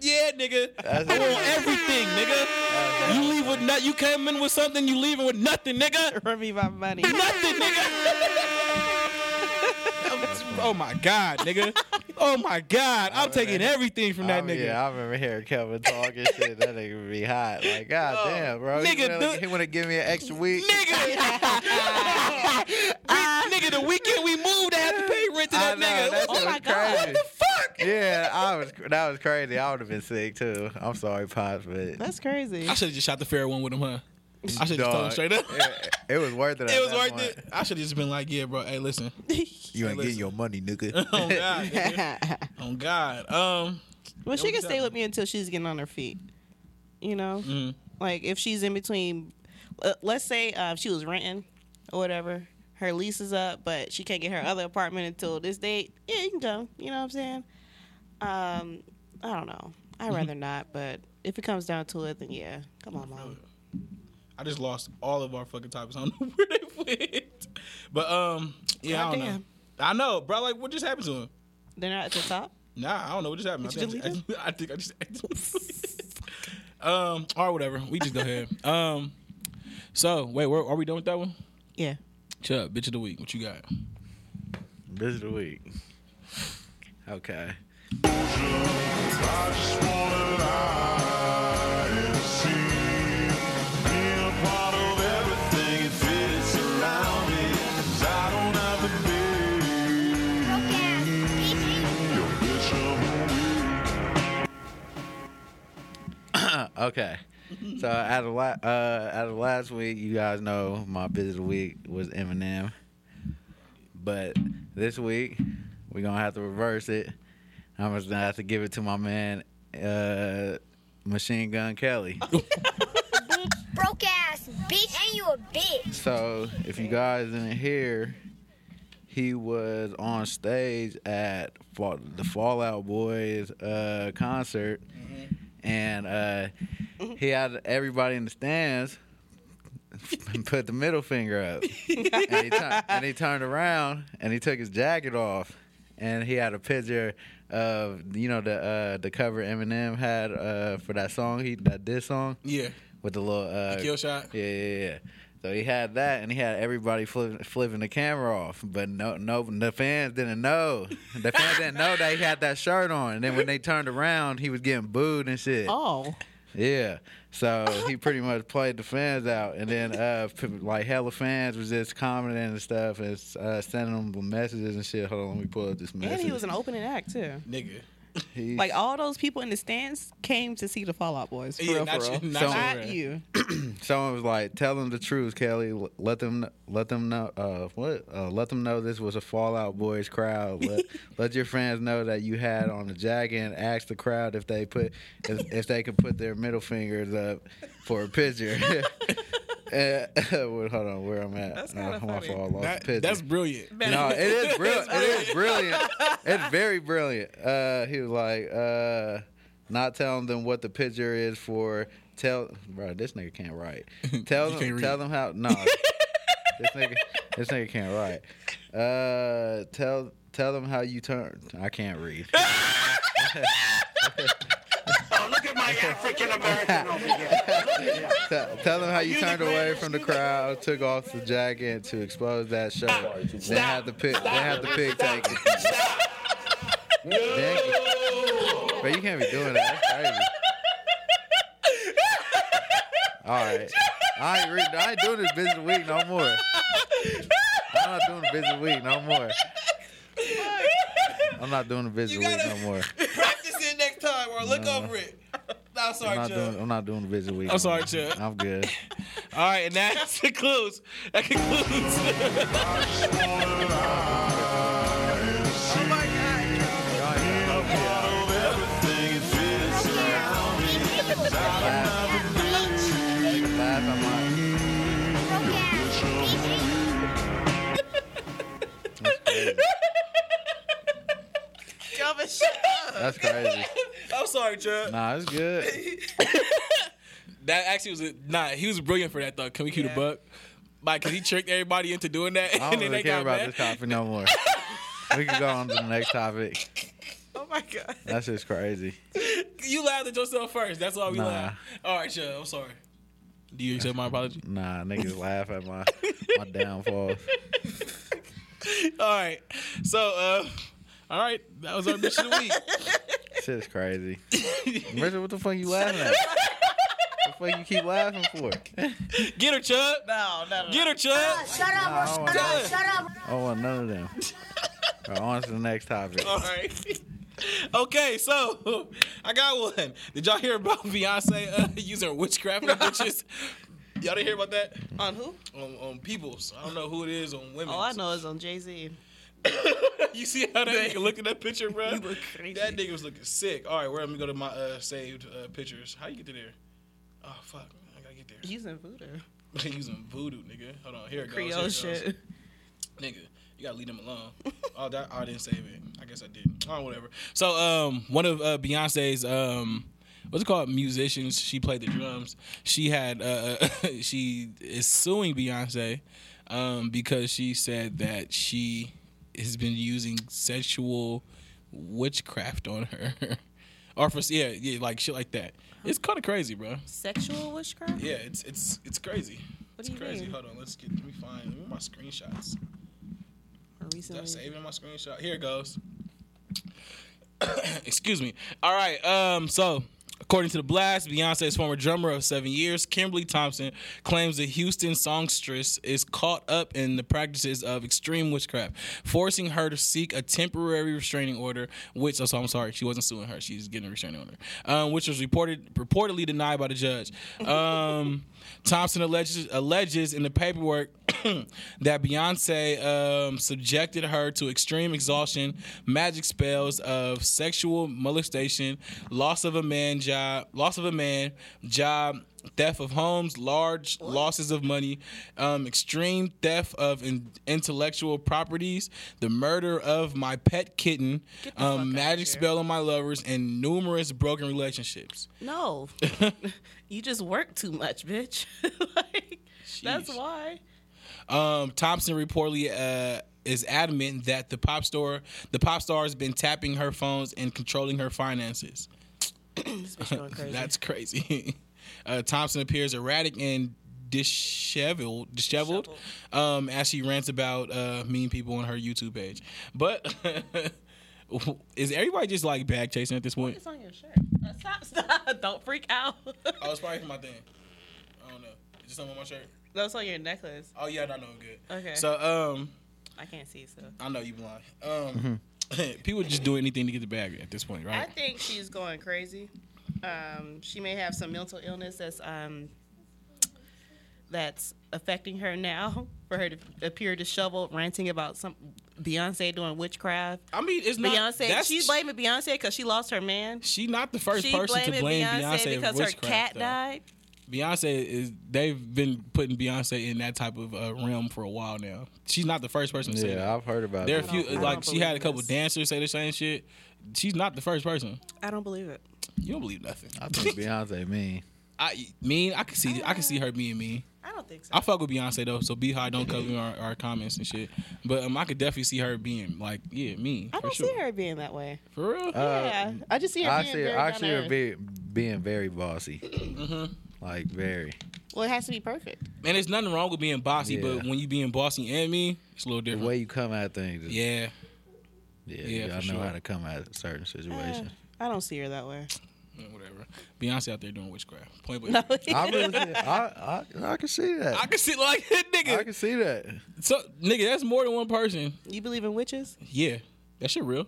A: Yeah, nigga. I want everything, nigga. You leave with nothing. You came in with something. You leaving with nothing, nigga.
C: Run me my money.
A: Nothing, nigga. oh my god, nigga. Oh my god, I'm taking everything from that
B: I-
A: nigga.
B: Yeah, I remember hearing Kevin talking shit. That nigga would be hot. Like, god damn, bro.
A: Nigga,
B: he wanna,
A: dude-
B: he wanna give me an extra week.
A: Nigga, we, nigga, the weekend we moved, I had to pay rent to
B: I
A: that
B: know,
A: nigga. Oh
B: that
A: What
B: shit
A: the
B: was crazy.
A: fuck?
B: Yeah, I was. That was crazy. I would have been sick too. I'm sorry, pops, but
C: That's crazy.
A: I should have just shot the fair one with him, huh? I should have told him
B: dog,
A: straight up.
B: It, it was worth it. at
A: It was
B: that
A: worth
B: point.
A: it. I should have just been like, yeah, bro. Hey, listen.
B: You ain't getting
A: listen.
B: your money, nigga.
A: Oh God. nigga. oh God. Um.
C: Well, she can stay with me until she's getting on her feet. You know,
A: Mm-hmm.
C: like if she's in between, uh, let's say uh, she was renting or whatever, her lease is up, but she can't get her other apartment until this date. Yeah, you can go. You know what I'm saying? Um, I don't know.
A: Mm-hmm.
C: I'd rather not, but if it comes down to it, then yeah, come on, mom.
A: I just lost all of our fucking topics. I don't know where they went. But um, yeah, I don't know.
C: Goddamn.
A: I know, bro. Like, what just happened to him?
C: They're not at the top.
A: Nah, I don't know what just happened. I
C: Did
A: think
C: you
A: I, just, I think I just um, or whatever. We just go ahead. Um, so wait, where, are we done with that one?
C: Yeah.
A: Chuck, bitch of the week. What you got?
B: This is the week. Okay.
G: Broke ass bitch.
B: Uh, Okay. So out of la- uh, out of last week, you guys know my busy of the week was Eminem, but this week we're gonna have to reverse it. I'm just gonna have to give it to my man, uh, Machine Gun Kelly.
G: Broke ass bitch and you a bitch.
B: So if you guys didn't hear, he was on stage at Fall- the Fallout Boys uh, concert, and uh, he had everybody in the stands put the middle finger up, and, he tur- and he turned around and he took his jacket off, and he had a picture of you know the uh, the cover Eminem had uh, for that song he that diss song
A: Yeah.
B: with the little uh,
A: Kill shot.
B: yeah, yeah, yeah. So he had that, and he had everybody flip, flipping the camera off, but no, no, the fans didn't know. The fans didn't know that he had that shirt on, and then when they turned around, he was getting booed and shit.
C: Oh,
B: Yeah, so he pretty much played the fans out, and then uh, p- like hella fans was just commenting and stuff and uh, sending them messages and shit. Hold on, let me pull up this message.
C: and he was an opening act too.
A: Nigga.
B: He's-
C: Like all those people in the stands came to see the Fallout Boys. For
A: Yeah,
C: real,
A: not
C: for
A: you-
C: real.
A: not
B: So-
A: you,
C: Not
A: bruh.
C: you.
B: Someone was like, "Tell them the truth, Kelly. L- Let them, let them know. Uh, what? Uh, let them know this was a Fallout Boys crowd. Let, let your friends know that you had on the jacket. And ask the crowd if they put, if, if they could put their middle fingers up for a picture." Eh, well, hold on, where I'm at.
C: That's
B: Uh,
C: kinda
B: I'm off
C: funny.
B: all lost
A: That-
B: the picture.
A: that's brilliant.
B: No, it is brilliant. it is brilliant. It's very brilliant. Uh, he was like, uh, not telling them what the picture is for. Tell, bro, this nigga can't write. Tell
A: You
B: them,
A: can't read.
B: tell them how. No, this nigga, this nigga can't write. Uh, tell, tell them how you turn. I can't read.
D: Oh, look at my African American over here.
B: Tell, tell them how you
D: You
B: turned
D: the
B: away
D: greatest,
B: from the
D: you the
B: crowd, took off the jacket to expose that shirt. Then had the pic. Then had the pig taken. Then- Bro, you can't be doing that. That's crazy. All right, I ain't reading. I ain't doing this busy week no more. I'm not doing the busy week no more. I'm not doing the busy week no more.
H: Practice it next time or look over it. No,
B: I'm
H: sorry,
B: not
H: Joe.
B: doing. I'm not doing the busy week.
A: I'm
B: no
A: sorry,
B: more.
A: Chuck.
B: I'm good.
A: All right, and that concludes. That concludes.
B: Laugh, I'm like,
G: Broke ass bitch and you
B: That's crazy.
A: I'm sorry, Chuck.
B: Nah, it's good.
A: That actually was a, nah. He was brilliant for that though. Can we cue the buck? Like, cause he tricked everybody into doing that,
B: I
A: and
B: don't
A: then
B: really
A: they
B: care
A: got
B: about
A: mad.
B: this topic no more. we can go on to the next topic.
C: Oh my god.
B: That's just crazy.
A: You laughed at yourself first. That's why we
B: Nah.
A: laughed. All right, Chuck. I'm sorry. Do you accept my apology?
B: Nah, niggas laugh at my my downfalls.
A: All right. So, uh, all right. That was our mission of the week.
B: Shit's crazy. Richard, what the fuck you laughing at? What the fuck you keep laughing for?
A: Get her, Chuck.
C: No, no, no.
A: Get her, Chuck.
G: shut up or
B: I don't
G: shut
B: want-
G: up, shut up.
B: I don't want none of them. All right, on to the next topic.
A: All right. Okay, so I got one. Did y'all hear about Beyonce uh, using witchcraft on bitches? Y'all didn't hear about that
C: On who?
A: on, on peoples. I don't know who it is on women.
C: Oh, I know it's on Jay Z.
A: you see how that nigga looked at that picture, bro?
C: He looked crazy.
A: That nigga was looking sick. All right, where let me go to my uh, saved uh, pictures. How you get to there? Oh fuck, I gotta get there.
C: Using voodoo.
A: Using voodoo, nigga. Hold on, here it goes. here
C: Creole
A: it goes.
C: shit.
A: Nigga, you gotta leave them alone. oh, that I didn't save it. I guess I didn't. Oh, whatever. So, um, one of uh, Beyonce's um, what's it called? Musicians. She played the drums. She had uh, she is suing Beyonce, um, because she said that she has been using sexual witchcraft on her, or for yeah, yeah, like shit like that. It's kind of crazy, bro.
C: Sexual witchcraft?
A: Yeah, it's it's it's crazy.
C: What
A: It's
C: do you
A: crazy.
C: mean?
A: Hold on, let's get let me find let me my screenshots.
C: Or
A: Did I
C: recently?
A: save it in my screenshot? Here it goes. Excuse me. All right. Um. So, According to The Blast, Beyonce's former drummer of seven years, Kimberly Thompson, claims the Houston songstress is caught up in the practices of extreme witchcraft, forcing her to seek a temporary restraining order, which, oh, so I'm sorry, she wasn't suing her. She's getting a restraining order, um, which was reported reportedly denied by the judge. Um, Thompson alleges, alleges in the paperwork that Beyonce um, subjected her to extreme exhaustion, magic spells of sexual molestation, loss of a man job, loss of a man job, theft of homes, large losses of money, um, extreme theft of in- intellectual properties, the murder of my pet kitten, um, magic spell on my lovers, and numerous broken relationships.
C: No, you just work too much, bitch. like, that's
A: Sheesh.
C: why.
A: Um, Thompson reportedly uh, is adamant that the pop star, the pop star, has been tapping her phones and controlling her finances.
C: This bitch going crazy.
A: That's crazy. uh, Thompson appears erratic and disheveled, disheveled, um, as she rants about uh, mean people on her YouTube page. But is everybody just like bag chasing at this point?
C: It's on your shirt. Uh, stop, stop. Don't freak out.
A: Oh, it's probably for my thing. I don't know. Is it something on my shirt?
C: That's on your necklace.
A: Oh yeah, I know. I'm good.
C: Okay.
A: So um.
C: I can't see, so.
A: I know you blind. Um,
B: Mm-hmm.
A: people just do anything to get the bag at this point,
C: I
A: right?
C: think she's going crazy. Um, she may have some mental illness that's um, that's affecting her now. For her to appear disheveled, ranting about some Beyonce doing witchcraft.
A: I mean, it's not
C: Beyonce,
A: That's,
C: she's blaming Beyonce because she lost her man.
A: She not the first
C: She
A: person to
C: blaming
A: blame
C: Beyonce,
A: Beyonce,
C: because
A: of
C: her
A: witchcraft,
C: cat
A: though.
C: died.
A: Beyonce is they've been putting Beyonce in that type of uh, realm for a while now. She's not the first person to say
B: Yeah,
A: that.
B: I've heard about
A: There are a
B: that.
A: few
C: don't- I
A: like
C: don't
A: she had a
C: believe
A: couple
C: this.
A: dancers say the same shit. She's not the first person.
C: I don't believe it.
A: You don't believe nothing.
B: I think Beyonce mean.
A: I mean, I can see I can see her being mean.
C: I don't think so.
A: I fuck with Beyonce though, so Beehive don't cover our, our comments and shit. But um, I could definitely see her being like, yeah, mean.
C: I
A: for
C: don't
A: sure.
C: see her being that way.
A: for real.
B: Uh,
C: yeah, I just see her
B: I
C: being
B: see her,
C: very
B: I
C: down
B: see
C: to
B: her
C: earth.
B: be, being very bossy.
A: Mm-hmm.
B: Like, very.
C: Well, it has to be perfect.
A: And there's nothing wrong with being bossy, but
B: Yeah.
A: when you being bossy and me, it's a little
B: The
A: different.
B: way you come at things. is-
A: yeah,
B: Yeah,
A: yeah,
B: you gotta
A: for
B: know
A: sure.
B: how to come at certain situations.
C: I don't see her that way.
A: yeah, whatever. Beyonce out there doing witchcraft. Point blank.
C: No,
B: I, really, I, I, I can see that.
A: I can see like nigga.
B: I can see that.
A: so nigga, that's more than one person.
C: you believe in witches?
A: Yeah, that shit real.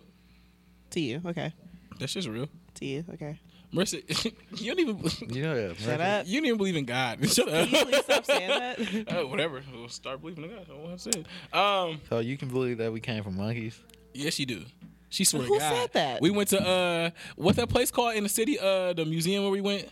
C: To you, okay.
A: That shit's real.
C: To you, okay.
A: Marissa, you don't even
B: You know that.
C: Shut up.
A: you don't even believe in God. Shut up.
C: Can you please stop saying that?
A: Uh, whatever. We'll start believing in God. That's what I said. Um,
B: So you can believe that we came from monkeys?
A: yes, you do. She swear to
C: Who
A: God.
C: said that?
A: We went to uh, what's that place called in the city? Uh, the museum where we went.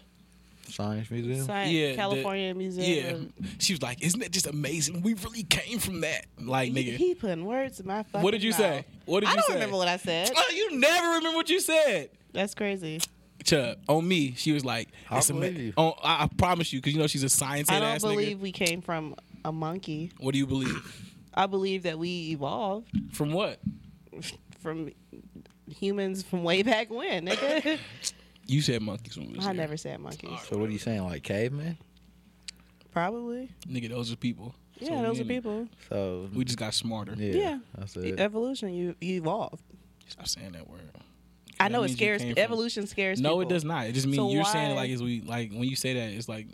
B: Science museum?
C: Science,
A: Yeah, the-
C: California Museum.
A: Yeah. She was like, "Isn't that just amazing? We really came from that." Like,
C: He,
A: nigga,
C: he putting words in my fucking
A: what did you
C: mouth.
A: say? What did
C: I
A: you
C: don't
A: say?
C: remember what I said.
A: Oh, you never remember what you said.
C: That's crazy.
A: Chuck, on me, she was like,
B: I
A: "It's ama-
B: believe you.
A: Oh, I, I promise you, because you know she's a science
C: I
A: head
C: don't
A: ass
C: believe
A: nigga.
C: we came from a monkey.
A: What do you believe?
C: I believe that we evolved
A: from what?
C: from humans from way back when, nigga.
A: You said monkeys when we was
C: I
A: there.
C: never said monkeys.
B: So what are you saying, like cavemen?
C: Probably.
A: Nigga, those are people. So
C: Yeah,
A: we
C: those are
A: didn't-
C: people.
B: So
A: We just got smarter.
B: yeah,
C: Yeah.
B: that's
C: E-
B: it.
C: Evolution, you, you evolved.
A: Stop saying that word.
C: I know it
A: means you
C: scares
A: came from-
C: evolution scares
A: No, it
C: people.
A: does not. It just means
C: So
A: you're saying
C: why-
A: like as we like when you say that, it's like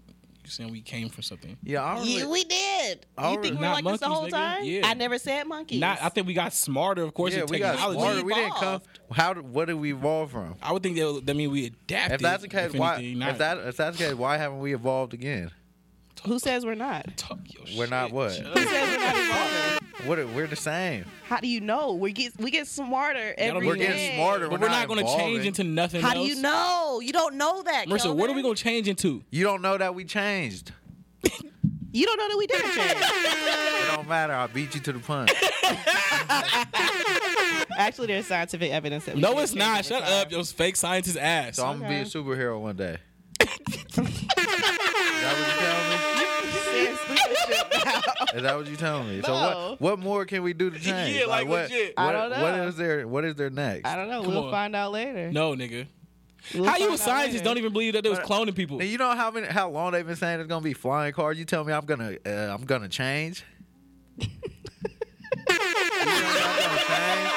A: you're saying we came from something.
B: yeah, I don't
C: Yeah,
B: really,
C: we did.
B: I
C: you think we were
A: Not
C: like this the
A: monkeys,
C: whole
A: nigga.
C: time?
A: Yeah.
C: I never said monkeys.
A: Not, I think we got smarter, of course,
B: yeah,
A: with
B: we got
A: technology.
B: smarter. We didn't come.
C: evolved.
B: How? Did, what did we evolve from?
A: I would think that, that mean we adapted.
B: If that's the case, why?
A: anything, not-
B: If that if that's the case, why haven't we evolved again?
C: Who says we're not?
A: Talk your
B: We're not
A: shit,
B: what?
A: Chuck.
C: Who says we're not evolving?
B: What? We're the same.
C: How do you know? We get we get smarter every
A: don't
C: day.
B: We're getting smarter.
A: But we're not going to
B: evolving.
A: change into nothing
C: How
A: else.
C: do you know? You don't know that.
A: Marissa, what are we
C: Kelvin.
A: going to change into?
B: You don't know that we changed.
C: You don't know that we didn't change.
B: It don't matter. I beat you to the punch.
C: Actually, there's scientific evidence that we
A: No,
C: did
A: it's
C: change
A: not.
C: over
A: Shut
C: time.
A: up, those fake scientist ass.
B: So I'm gonna be a
C: Okay.
B: superhero one day. Is that what you telling me?
C: Saying stupid shit now.
B: Is that what you telling me? So
C: No.
B: what? What more can we do to change?
A: Yeah, like,
B: what,
A: legit.
B: What,
C: I don't
B: What
C: know.
B: is there? What is there next?
C: I don't know.
A: Come
C: we'll
A: on.
C: find out later.
A: no, nigga.
C: We'll
A: How you a
C: find out
A: scientist
C: later.
A: don't even believe that they was
B: But-
A: cloning people?
B: Now, you know how many how long they've been saying it's gonna be flying cars. You tell me I'm gonna uh, I'm gonna change. you know I'm gonna change?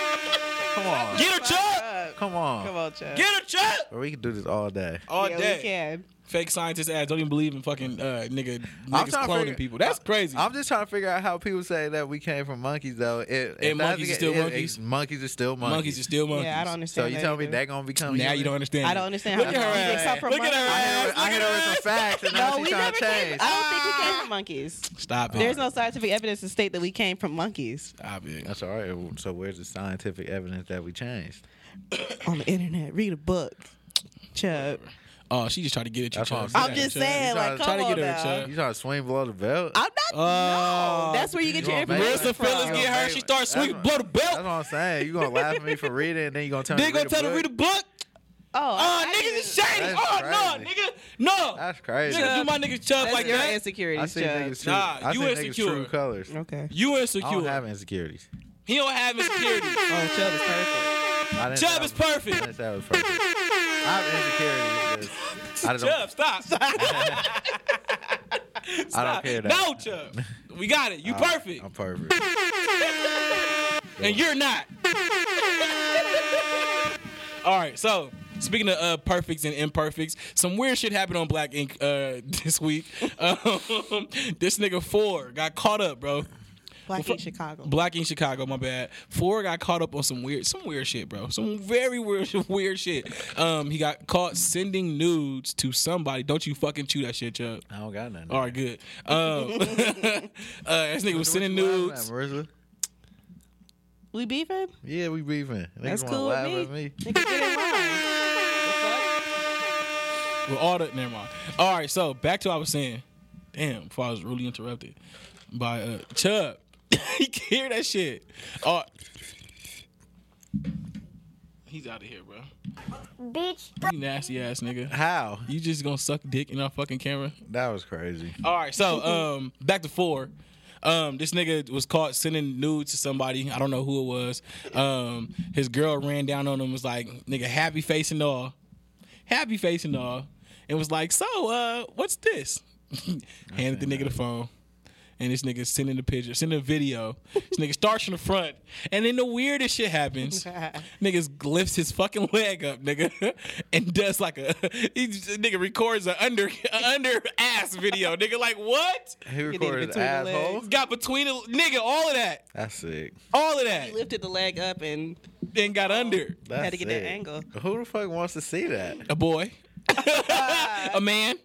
B: Come on,
A: Get her, Chuck.
C: Fuck.
B: Come on.
C: Come on, Chuck.
H: Get a check
B: Or we can do this all day.
H: all
C: yeah,
H: day.
C: we can.
A: Fake scientist ass don't even believe in fucking uh, nigga
B: I'm trying
A: niggas
B: to
A: cloning
B: figure-
A: people. That's crazy.
B: I'm just trying to figure out how people say that we came from monkeys though. If, if that's
A: monkeys
B: the
A: are still
B: ca- if-
A: monkeys?
B: if monkeys are still monkeys.
A: monkeys are still monkeys.
C: Yeah, I don't
B: So
C: understand.
B: you
C: that
B: tell me
C: either.
B: they're gonna become
A: Now you
B: humans?
A: don't understand.
C: I don't understand
A: Look at
C: how
A: her
C: monkeys
A: ass.
C: come from
A: Look at her
C: monkeys.
A: ass.
B: I hit her with some facts and now
C: No, we
B: she's trying
C: never
B: to
C: came.
B: change.
C: I don't think we came from monkeys.
A: Stop it.
C: There's no scientific evidence to state that we came from monkeys
A: Stop it.
B: That's all right. So where's the scientific evidence that we changed?
C: on the internet. Read a book, Chuck.
A: Oh, she just tried to get at you.
B: That's what
A: Chuck.
B: I'm
A: She
B: saying.
C: I'm
B: try to-
A: tried to-
C: just saying, like, come
A: try to
C: on
A: get her,
C: now.
A: Chuck.
B: You trying to swing below the belt?
C: I'm not.
A: Oh.
C: no, that's where you get
B: You
C: your
B: want baby?
C: information
A: Marissa
C: from.
A: Phillips get her. She starts swinging,
B: That's
A: blow the
B: That's what
A: belt.
B: I'm saying. You gonna laugh at me for reading, and then you gonna tell me.
A: Then gonna tell her to read a
B: book?
A: book.
C: Oh,
A: Oh,
C: I
A: niggas
C: didn't-
A: is shady.
B: That's
A: Oh, no,
B: crazy.
A: nigga. No.
B: That's crazy.
A: Nigga, do my nigga Chubb
C: That's
A: like
C: your
A: that.
B: I
C: insecurities,
B: see
C: Chuck.
B: niggas. True,
A: Nah,
B: I
A: you
B: see niggas
A: insecure.
B: true colors.
C: Okay.
A: You
B: I don't
A: insecure.
B: have insecurities.
A: he don't have insecurity.
C: Oh, Chubb is perfect.
B: I didn't say
A: Chubb is
B: I was-
A: perfect.
B: I didn't say I was perfect. I have insecurities. but I don't.
A: Chubb, stop.
B: I don't care that.
A: No, Chubb. We got it. You
B: I-
A: perfect.
B: I'm perfect.
A: and you're not. All right, so speaking of uh, perfects and imperfects, some weird shit happened on Black Ink uh, this week. Um, this nigga Four got caught up, bro.
C: Black in Chicago.
A: Black Ink Chicago, my bad. Four got caught up on some weird, some weird shit, bro. Some very weird, weird shit. Um, he got caught sending nudes to somebody. Don't you fucking chew that shit, Chuck.
B: I don't got nothing.
A: All right, good. Um, uh, this nigga was sending
B: What you
A: nudes.
B: laughing at, Marissa?
C: We beefing?
B: Yeah, we beefing. Niggas
C: That's
B: wanna
C: cool
B: laugh
C: with
B: at me.
C: me. Nigga, get in line.
A: With all the never mind. All right, so back to what I was saying. Damn, before I was rudely interrupted by uh Chubb. he can hear that shit. Oh, he's out of here, bro.
G: Bitch.
A: You nasty ass nigga.
B: How?
A: You just gonna suck dick in our fucking camera?
B: That was crazy.
C: Oh,
A: All right, so um, back to four. Um, this nigga was caught sending nudes to somebody. I don't know who it was. Um, his girl ran down on him. Was like, nigga, happy face and all, happy face and all, and was like, so uh, what's this? Handed the nigga the phone. And this nigga sending the picture, sending a video. This nigga starts from the front, and then the weirdest shit happens. Niggas lifts his fucking leg up, nigga, and does like a he just, nigga records a under a under ass video, nigga. Like what?
B: He
C: in
B: recorded his
C: between the legs.
B: asshole.
A: Got between the nigga all of that,
B: That's sick.
A: all of that,
C: He lifted the leg up and
A: and got under
B: That's
C: had to get that
B: sick.
C: angle.
B: Who the fuck wants to see that?
A: a boy, a man.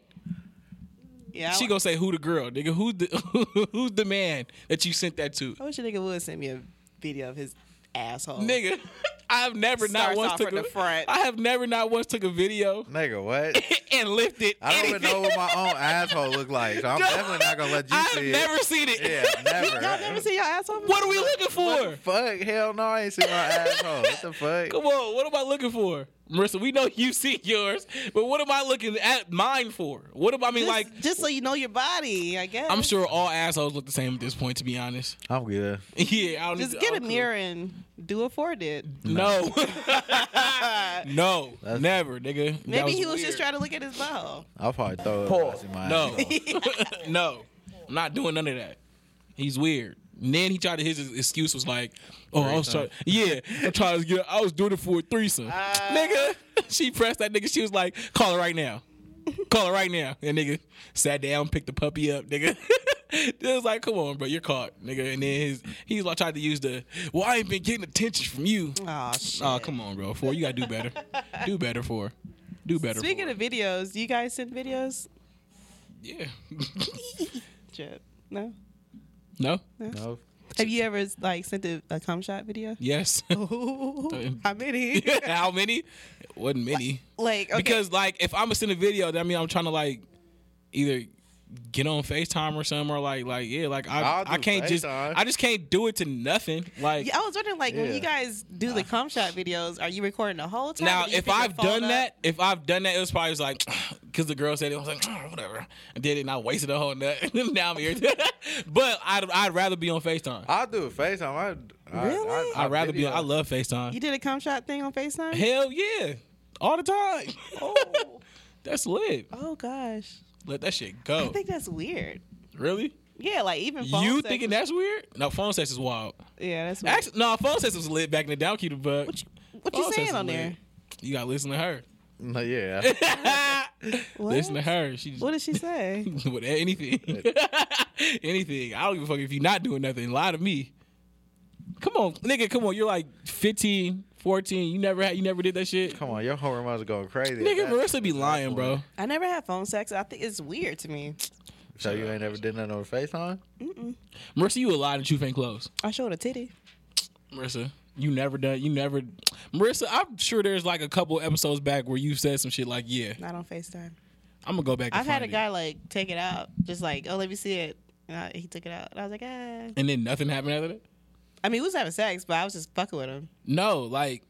C: Yeah, I-
A: She gonna say who the girl, nigga. Who the who's the man that you sent that to,
C: I wish a nigga would send me a video of his asshole.
A: nigga? I've never not
C: Starts
A: once
C: off
A: took
C: from
A: a,
C: the front.
A: I have never not once took a video
B: Nigga, what?
A: and lifted.
B: I don't even
A: anything.
B: know what my own asshole look like, so I'm definitely not gonna let you
A: I've
B: see
A: never seen it.
B: it. Yeah, never.
C: Y'all never seen your asshole?
A: What are we looking for?
B: Fuck, hell no, I ain't seen my asshole. What the fuck?
A: Come on, what am I looking for? Marissa, we know you see yours, but what am I looking at mine for? What am I I mean
C: Just,
A: like
C: just so you know your body, I guess.
A: I'm sure all assholes look the same at this point, to be honest.
B: I'm good.
A: Yeah, I don't
C: Just
A: need-
C: get
A: I'm
C: a
A: cool.
C: mirror and do what Ford did.
A: No, no,
B: That's-
A: never, nigga. That
C: Maybe he was
A: weird.
C: just trying to look at his ball.
B: I'll probably throw it. when I see my
A: No,
B: asshole.
A: no, I'm not doing none of that. He's weird. And then he tried to. His excuse was like, "Oh, I was trying. Yeah, I'm trying to get. I was doing it for a threesome,
C: Uh,
A: nigga." She pressed that nigga. She was like, "Call her right now. Call her right now." And nigga sat down, picked the puppy up, nigga. It was like, come on, bro, you're caught, nigga. And then his, he's like, tried to use the, well, I ain't been getting attention from you.
C: Oh shit.
A: Oh, come on, bro. Four, you gotta do better. do better, four. Do better.
C: Speaking
A: four.
C: of videos, do you guys send videos?
A: yeah.
C: Chip? No.
A: no.
B: No.
C: Have you ever like sent a, a cum shot video?
A: Yes.
C: Oh.
A: Oh,
C: How many?
A: How many? Wasn't many.
C: like okay.
A: Because like, if I'm gonna send a video, that mean I'm trying to like either get on Facetime or something, or like, like yeah, like I,
B: I'll
A: I
B: do
A: can't just,
B: FaceTime.
A: I just can't do it to nothing. Like
C: Yeah, I was wondering, like, when
B: Yeah.
C: you guys do the cum shot videos, are you recording the whole time?
A: now,
C: or do you
A: if
C: pick your
A: I've
C: phone
A: done
C: up?
A: that, if I've done that, it was probably just like because the girl said it I was like whatever. I did it and I wasted a whole nut. now I'm irritated. but I'd, I'd rather be on Facetime.
B: I'll do a FaceTime. I, I,
C: Really?
B: I, I,
A: I'd rather be.
B: video.
A: on I love Facetime.
C: you did a cum shot thing on Facetime.
A: Hell yeah, all the time.
C: oh,
A: That's lit.
C: oh gosh,
A: Let that shit go.
C: I think that's weird.
A: Really?
C: Yeah, like even phone
A: You
C: sex
A: thinking
C: was-
A: that's weird? No, phone sex is wild.
C: Yeah, that's weird.
A: Actually, no, phone sex was lit back in the down key the bug.
C: what you, what you
A: phone sex
C: saying
A: is
C: on
A: weird.
C: there?
A: You gotta listen to her.
B: No, yeah.
C: What?
A: Listen to her. She just
C: What did she say?
A: with anything, anything. I don't give a fuck if you're not doing nothing. Lie to me. Come on, nigga. Come on. You're like 15, 14. You never had. You never did that shit.
B: Come on, your whole remote's going crazy. at
A: Nigga,
B: that.
A: Marissa be lying, bro.
C: I never had phone sex. I think it's weird to me.
B: So you ain't never did nothing on FaceTime?
A: Marissa, you a lie and truth ain't close.
C: I showed a titty.
A: Marissa, you never done. You never. Marissa, I'm sure there's like a couple episodes back where you said some shit like, "Yeah,
C: Not on Facetime.
A: I'm gonna go back." And
C: I've had
A: find
C: a
A: it."
C: guy like take it out, just like, oh, let me see it. And I, he took it out, and I was like, ah.
A: and then nothing happened after that.
C: I mean, we was having sex, but I was just fucking with him.
A: No, like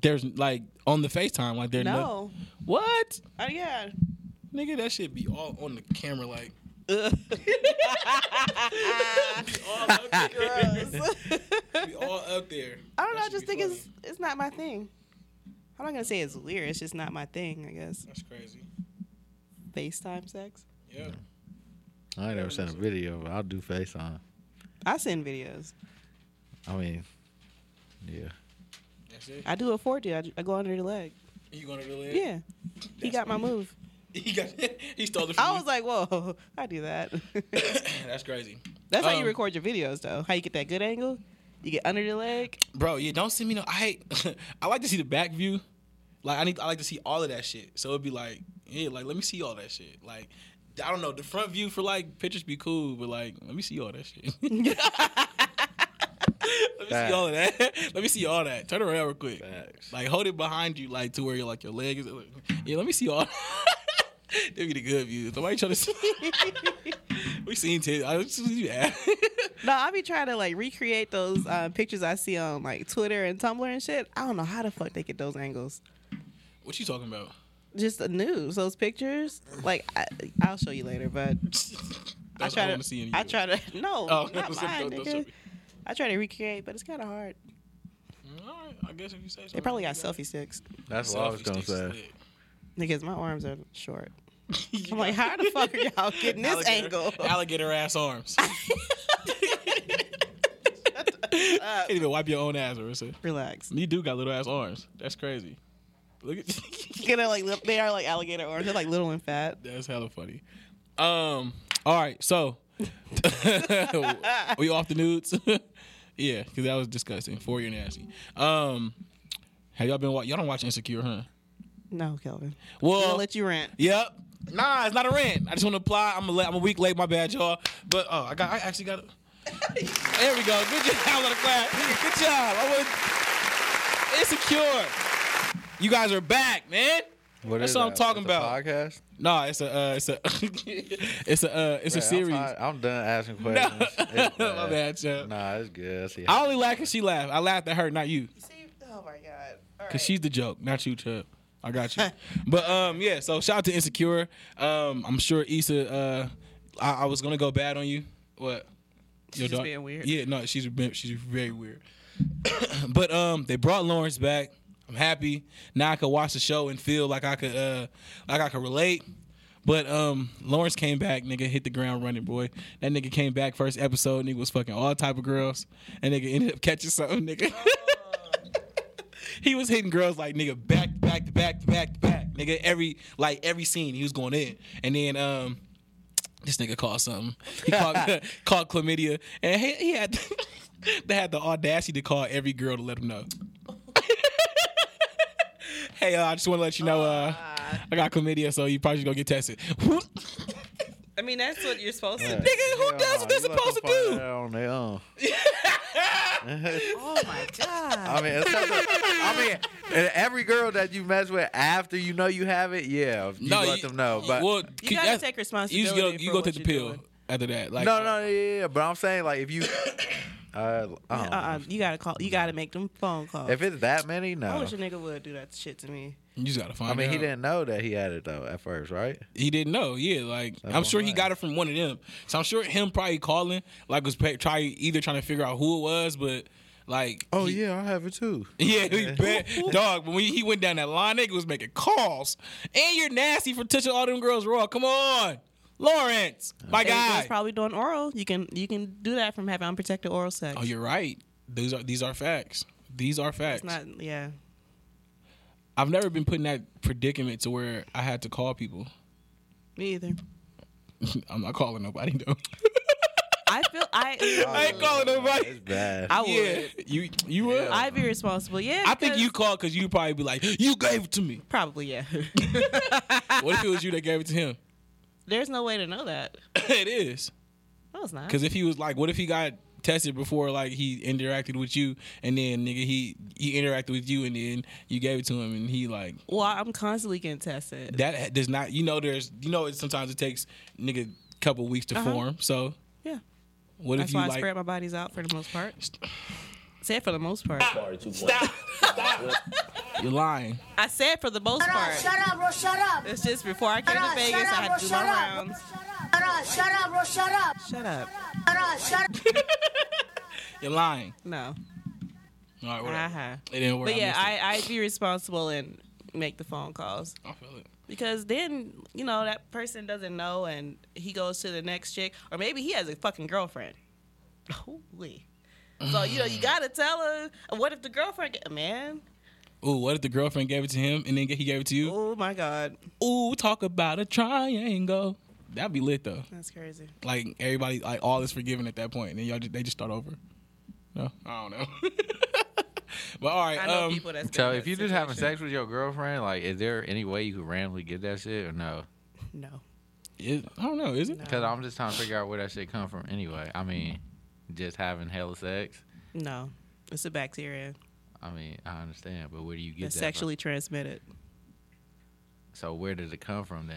A: there's like on the Facetime, like there's no.
C: No,
A: What,
C: oh yeah.
A: nigga? That shit be all on the camera, like. be all up there.
C: I don't know. I
A: That should
C: just
A: be
C: think
A: funny.
C: it's it's not my thing. I'm not gonna say it's weird. It's just not my thing. I guess
A: That's crazy.
C: FaceTime sex.
A: Yeah.
B: I ain't never sent a video, but I'll do FaceTime.
C: I send videos.
B: I mean, yeah.
A: That's it.
C: I do a 4D. I, I go under the leg.
A: You gonna do it?
C: Yeah, he got my move.
A: He got. He stole it from
C: I
A: you.
C: was like, whoa, I do that.
A: That's crazy,
C: That's how you
A: Um,
C: record your videos, though. How you get that good angle? You get under the leg.
A: bro. Yeah, don't send me no. I hate. I like to see the back view. Like I need. I like to see all of that shit. So it'd be like, yeah, like let me see all that shit. Like. I don't know. The front view for like pictures be cool, but like, let me see all that shit. let me see all of that. let me see all that. Turn around real quick.
B: Facts.
A: Like hold it behind you, like to where you're like your leg is. Yeah, let me see all. They be the good views. Somebody trying to see. we seen tits. I just you ass.
C: No, I be trying to like recreate those uh, pictures I see on like Twitter and Tumblr and shit. I don't know how the fuck they get those angles.
A: What you talking about?
C: Just the news, those pictures. Like I, I'll show you later, but I
A: That's
C: try
A: I
C: to.
A: want to see in you.
C: I try to. No,
A: Oh,
C: not
A: so
C: mine,
A: don't- don't show
C: nigga.
A: me.
C: I try to recreate, but it's kind of hard.
A: All right, I guess if you say so.
C: They probably got selfie sticks
B: That's what I was gonna say.
C: because my arms are short. I'm like, how the fuck are y'all getting this angle?
A: Alligator ass arms. Can't even wipe your own ass, Marissa.
C: Relax.
A: You do got little ass arms. That's crazy. Look at
C: You know, like li- they are like alligator arms. They're like little and fat.
A: that's hella funny. Um, all right, so we off the nudes. yeah, because that was disgusting. For your nasty. Um, have y'all been wa- y'all don't watch Insecure, huh?
C: No, Kelvin.
A: Well,
C: i will let you rant.
A: Yep. Nah, it's not a rant. I just want to apply. I'm a, le- I'm a week late. My bad, y'all. But oh, I got. I actually got. it. there we go. Good job on the clap. Good job. I was insecure. You guys are back, man.
B: What
A: That's
B: is
A: what I'm
B: that?
A: talking
B: It's a
A: about.
B: podcast?
A: No, it's a. Uh, it's a. it's a. Uh, it's a
B: Right,
A: series.
B: I'm, tired- I'm done asking
A: No.
B: questions. It's
A: my bad, y'all.
B: Nah, it's good. I see
A: I only laughed because she laughed. I laughed at her, not you.
C: Oh my god.
A: Cause she's the joke, not you, Chubb. I got you. but um, yeah. So shout out to Insecure. Um, I'm sure Issa. Uh, I, I was gonna go bad on you. What? She's
C: just being weird.
A: Yeah, no, she's been- she's very weird. but um, they brought Lawrence back. I'm happy now. I could watch the show and feel like I could uh, like I could relate. But um, Lawrence came back, nigga, hit the ground running, boy. That nigga came back first episode, nigga was fucking all type of girls, and nigga ended up catching something, nigga. he was hitting girls like nigga back to back to back to back to back nigga every like every scene he was going in and then um this nigga called something he called, called chlamydia and he, he had they had the audacity to call every girl to let him know hey uh, i just want to let you know uh
C: Ah.
A: i got chlamydia so you probably should go get tested nigga
C: I mean, that's what you're supposed to do.
A: who does what they're supposed to do
B: On their own.
C: Oh my god.
B: I mean, it's not the- I mean, and every girl that you mess with after you know you have it, yeah, you let them know. But
A: well,
C: You gotta
A: that's-
C: take
A: you just go,
C: responsibility.
A: you
C: for
A: go
C: what
A: take the
C: you're
A: pill
C: doing.
A: after that like uh,
B: no, no, yeah, yeah, yeah. But I'm saying like if you, uh, I don't
C: Uh-uh.
B: know.
C: You gotta call. You gotta make them phone calls.
B: if it's that many,
C: I
B: no.
C: wish a nigga would do that shit to me.
A: you just gotta find
B: I mean, he
A: out.
B: didn't know that he had it though at first, right?
A: He didn't know. Yeah, like I'm
B: what
A: sure
B: I'm
A: he
B: saying.
A: got it from one of them. So I'm sure him probably calling like was pa- try either trying to figure out who it was, but like he-
B: Oh, yeah, I have it too.
A: yeah, he bad, dog. When he went down that line, nigga was making calls, and you're nasty for touching all them girls raw. Come on, Lawrence, my
C: Everybody's
A: guy.
C: probably doing oral. You can you can do that from having unprotected oral sex.
A: oh, you're right. These are these are facts. These are facts.
C: It's not. Yeah.
A: I've never been put in that predicament to where I had to call people.
C: Me either.
A: I'm not calling nobody though.
C: I feel I.
A: I ain't calling nobody.
B: It's bad.
C: I would.
A: Yeah, you you would.
C: I'd be responsible. Yeah.
A: I think
C: because-
A: you called because you probably be like, you gave it to me.
C: Probably yeah.
A: What if it was you that gave it to him?
C: There's no way to know that.
A: it is.
C: No, it's not.
A: Because if he was like, what if he got tested before like he interacted with you, and then nigga he he interacted with you, and then you gave it to him, and he like
C: Well, I'm constantly getting tested.
A: that does not. You know, there's you know, it sometimes it takes nigga couple weeks to form. So
C: Yeah.
A: what
C: Uh-huh. That's
A: if you
C: why I
A: like?
C: spread my bodies out for the most part. Said for the most part.
A: You're lying.
C: I said for the most part.
G: Shut up, bro. Shut up.
C: It's just before I came
G: Shut
C: to
G: up,
C: Vegas, I
G: shut up,
C: had
G: bro.
C: to do my
G: Shut up.
C: rounds.
G: Shut up, shut up, bro. Shut up.
C: Shut up.
G: Shut up, shut up.
A: You're lying.
C: No.
A: All right, whatever.
C: Uh-huh.
A: It didn't work.
C: But yeah,
A: missed it.
C: I, I'd be responsible and make the phone calls.
A: I feel it.
C: Because then, you know, that person doesn't know and he goes to the next chick. Or maybe he has a fucking girlfriend. Holy. So, you know, you gotta tell her. What if the girlfriend, get, man?
A: Ooh, what if the girlfriend gave it to him and then he gave it to you?
C: Oh my God.
A: Ooh, talk about a triangle. That'd be lit though.
C: That's crazy.
A: Like everybody, like all is forgiven at that point, and then y'all just, they just start over. No, I don't know. but all right,
C: I know
A: um,
C: people that's been
B: So
C: in
B: if
C: that
B: you just having
C: situation.
B: sex with your girlfriend, like, is there any way you could randomly get that shit or no?
C: No.
A: is- I don't know. Is it?
B: Because I'm just trying to figure out where that shit come from. Anyway, I mean, just having hella sex.
C: No. It's a bacteria
B: I mean, I understand, but where do you get
C: that's
B: that? from?
C: sexually transmitted.
B: So where does it come from then?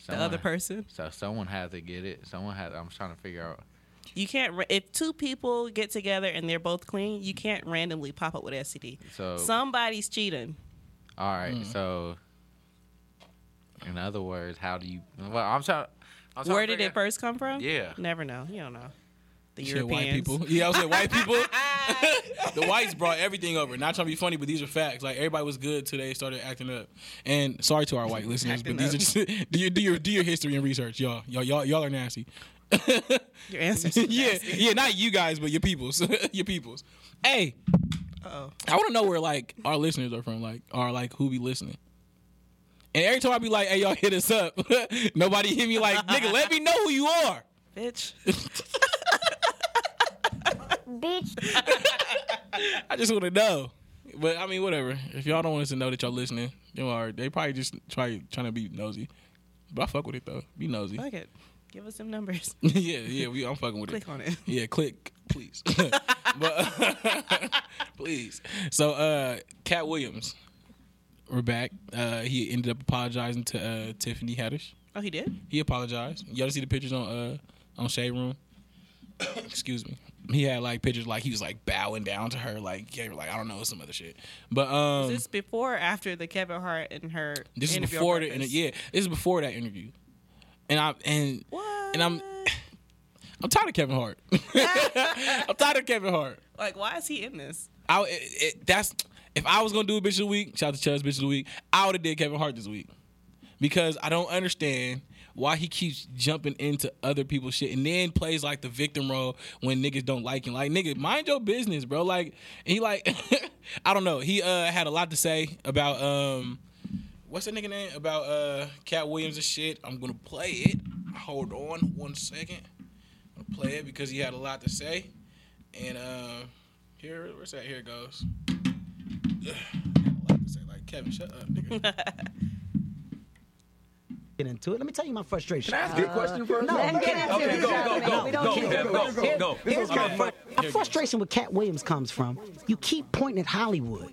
C: The
B: Someone-
C: other person.
B: So someone had to get it. Someone had. I'm trying to figure out.
C: You can't. ra- If two people get together and they're both clean, you can't randomly pop up with STD.
B: So
C: Somebody's cheating.
B: all right.
C: Mm.
B: So in other words, how do you? Well, I'm trying. I'm trying
C: Where
B: to
C: did it
B: figure-
C: first come from?
B: Yeah.
C: Never know. You don't know. The
A: Shit,
C: Europeans.
A: white people. Yeah, I was saying white people. the whites brought everything over. Not trying to be funny, but these are facts. Like everybody was good till they started acting up. And sorry to our white listeners, but these are just do your do your do your history and research, y'all. Y'all y'all, y'all are nasty.
C: Your answers.
A: yeah, yeah, not you guys, but your peoples, your peoples. Hey,
C: Oh,
A: I want to know where like our listeners are from, like are like who be listening. And every time I be like, "Hey, y'all hit us up," nobody hit me like, "Nigga, let me know who you are."
C: bitch.
A: I just want to know. But I mean, whatever. If y'all don't want us to know that y'all listening, you are. They probably just try trying to be nosy. But I fuck with it though. Be nosy.
C: Fuck it. Give us some numbers.
A: yeah, yeah. We, I'm fucking with it.
C: Click on it.
A: Yeah, click, please. but please. So, uh, Cat Williams, we're back. Uh, he ended up apologizing to uh, Tiffany Haddish.
C: Oh, he did.
A: He apologized. Y'all see the pictures on uh on Shade Room? Excuse me. He had like pictures like he was like bowing down to her, like gave her like I don't know some other shit. But um,
C: This
A: this,
C: before or after the Kevin Hart and her.
A: is
C: interview on
A: before the
C: Breakfast?
A: inter- yeah, this is before that interview. And I and
C: What?
A: and I'm I'm tired of Kevin Hart. I'm tired of Kevin Hart.
C: like, why is he in this?
A: I it, it, that's if I was gonna do a bitch of the week, shout out to Chuz bitch of the week. I would have did Kevin Hart this week because I don't understand why he keeps jumping into other people's shit and then plays like the victim role when niggas don't like him. Like nigga, mind your business, bro. Like he like I don't know. He uh had a lot to say about um what's that nigga name about uh Cat Williams and shit. I'm gonna play it. Hold on one second. I'm gonna play it because he had a lot to say. And uh, here, where's that? Here it goes. Ugh, I had a lot to say. Like Kevin, shut up, nigga.
I: get into it. Let me tell you my frustration.
J: Ask me a question first.
I: Okay,
J: go, go, go, go, go, go, go.
I: Here's my fr- my
A: go.
I: frustration with Cat Williams comes from. You keep pointing at Hollywood.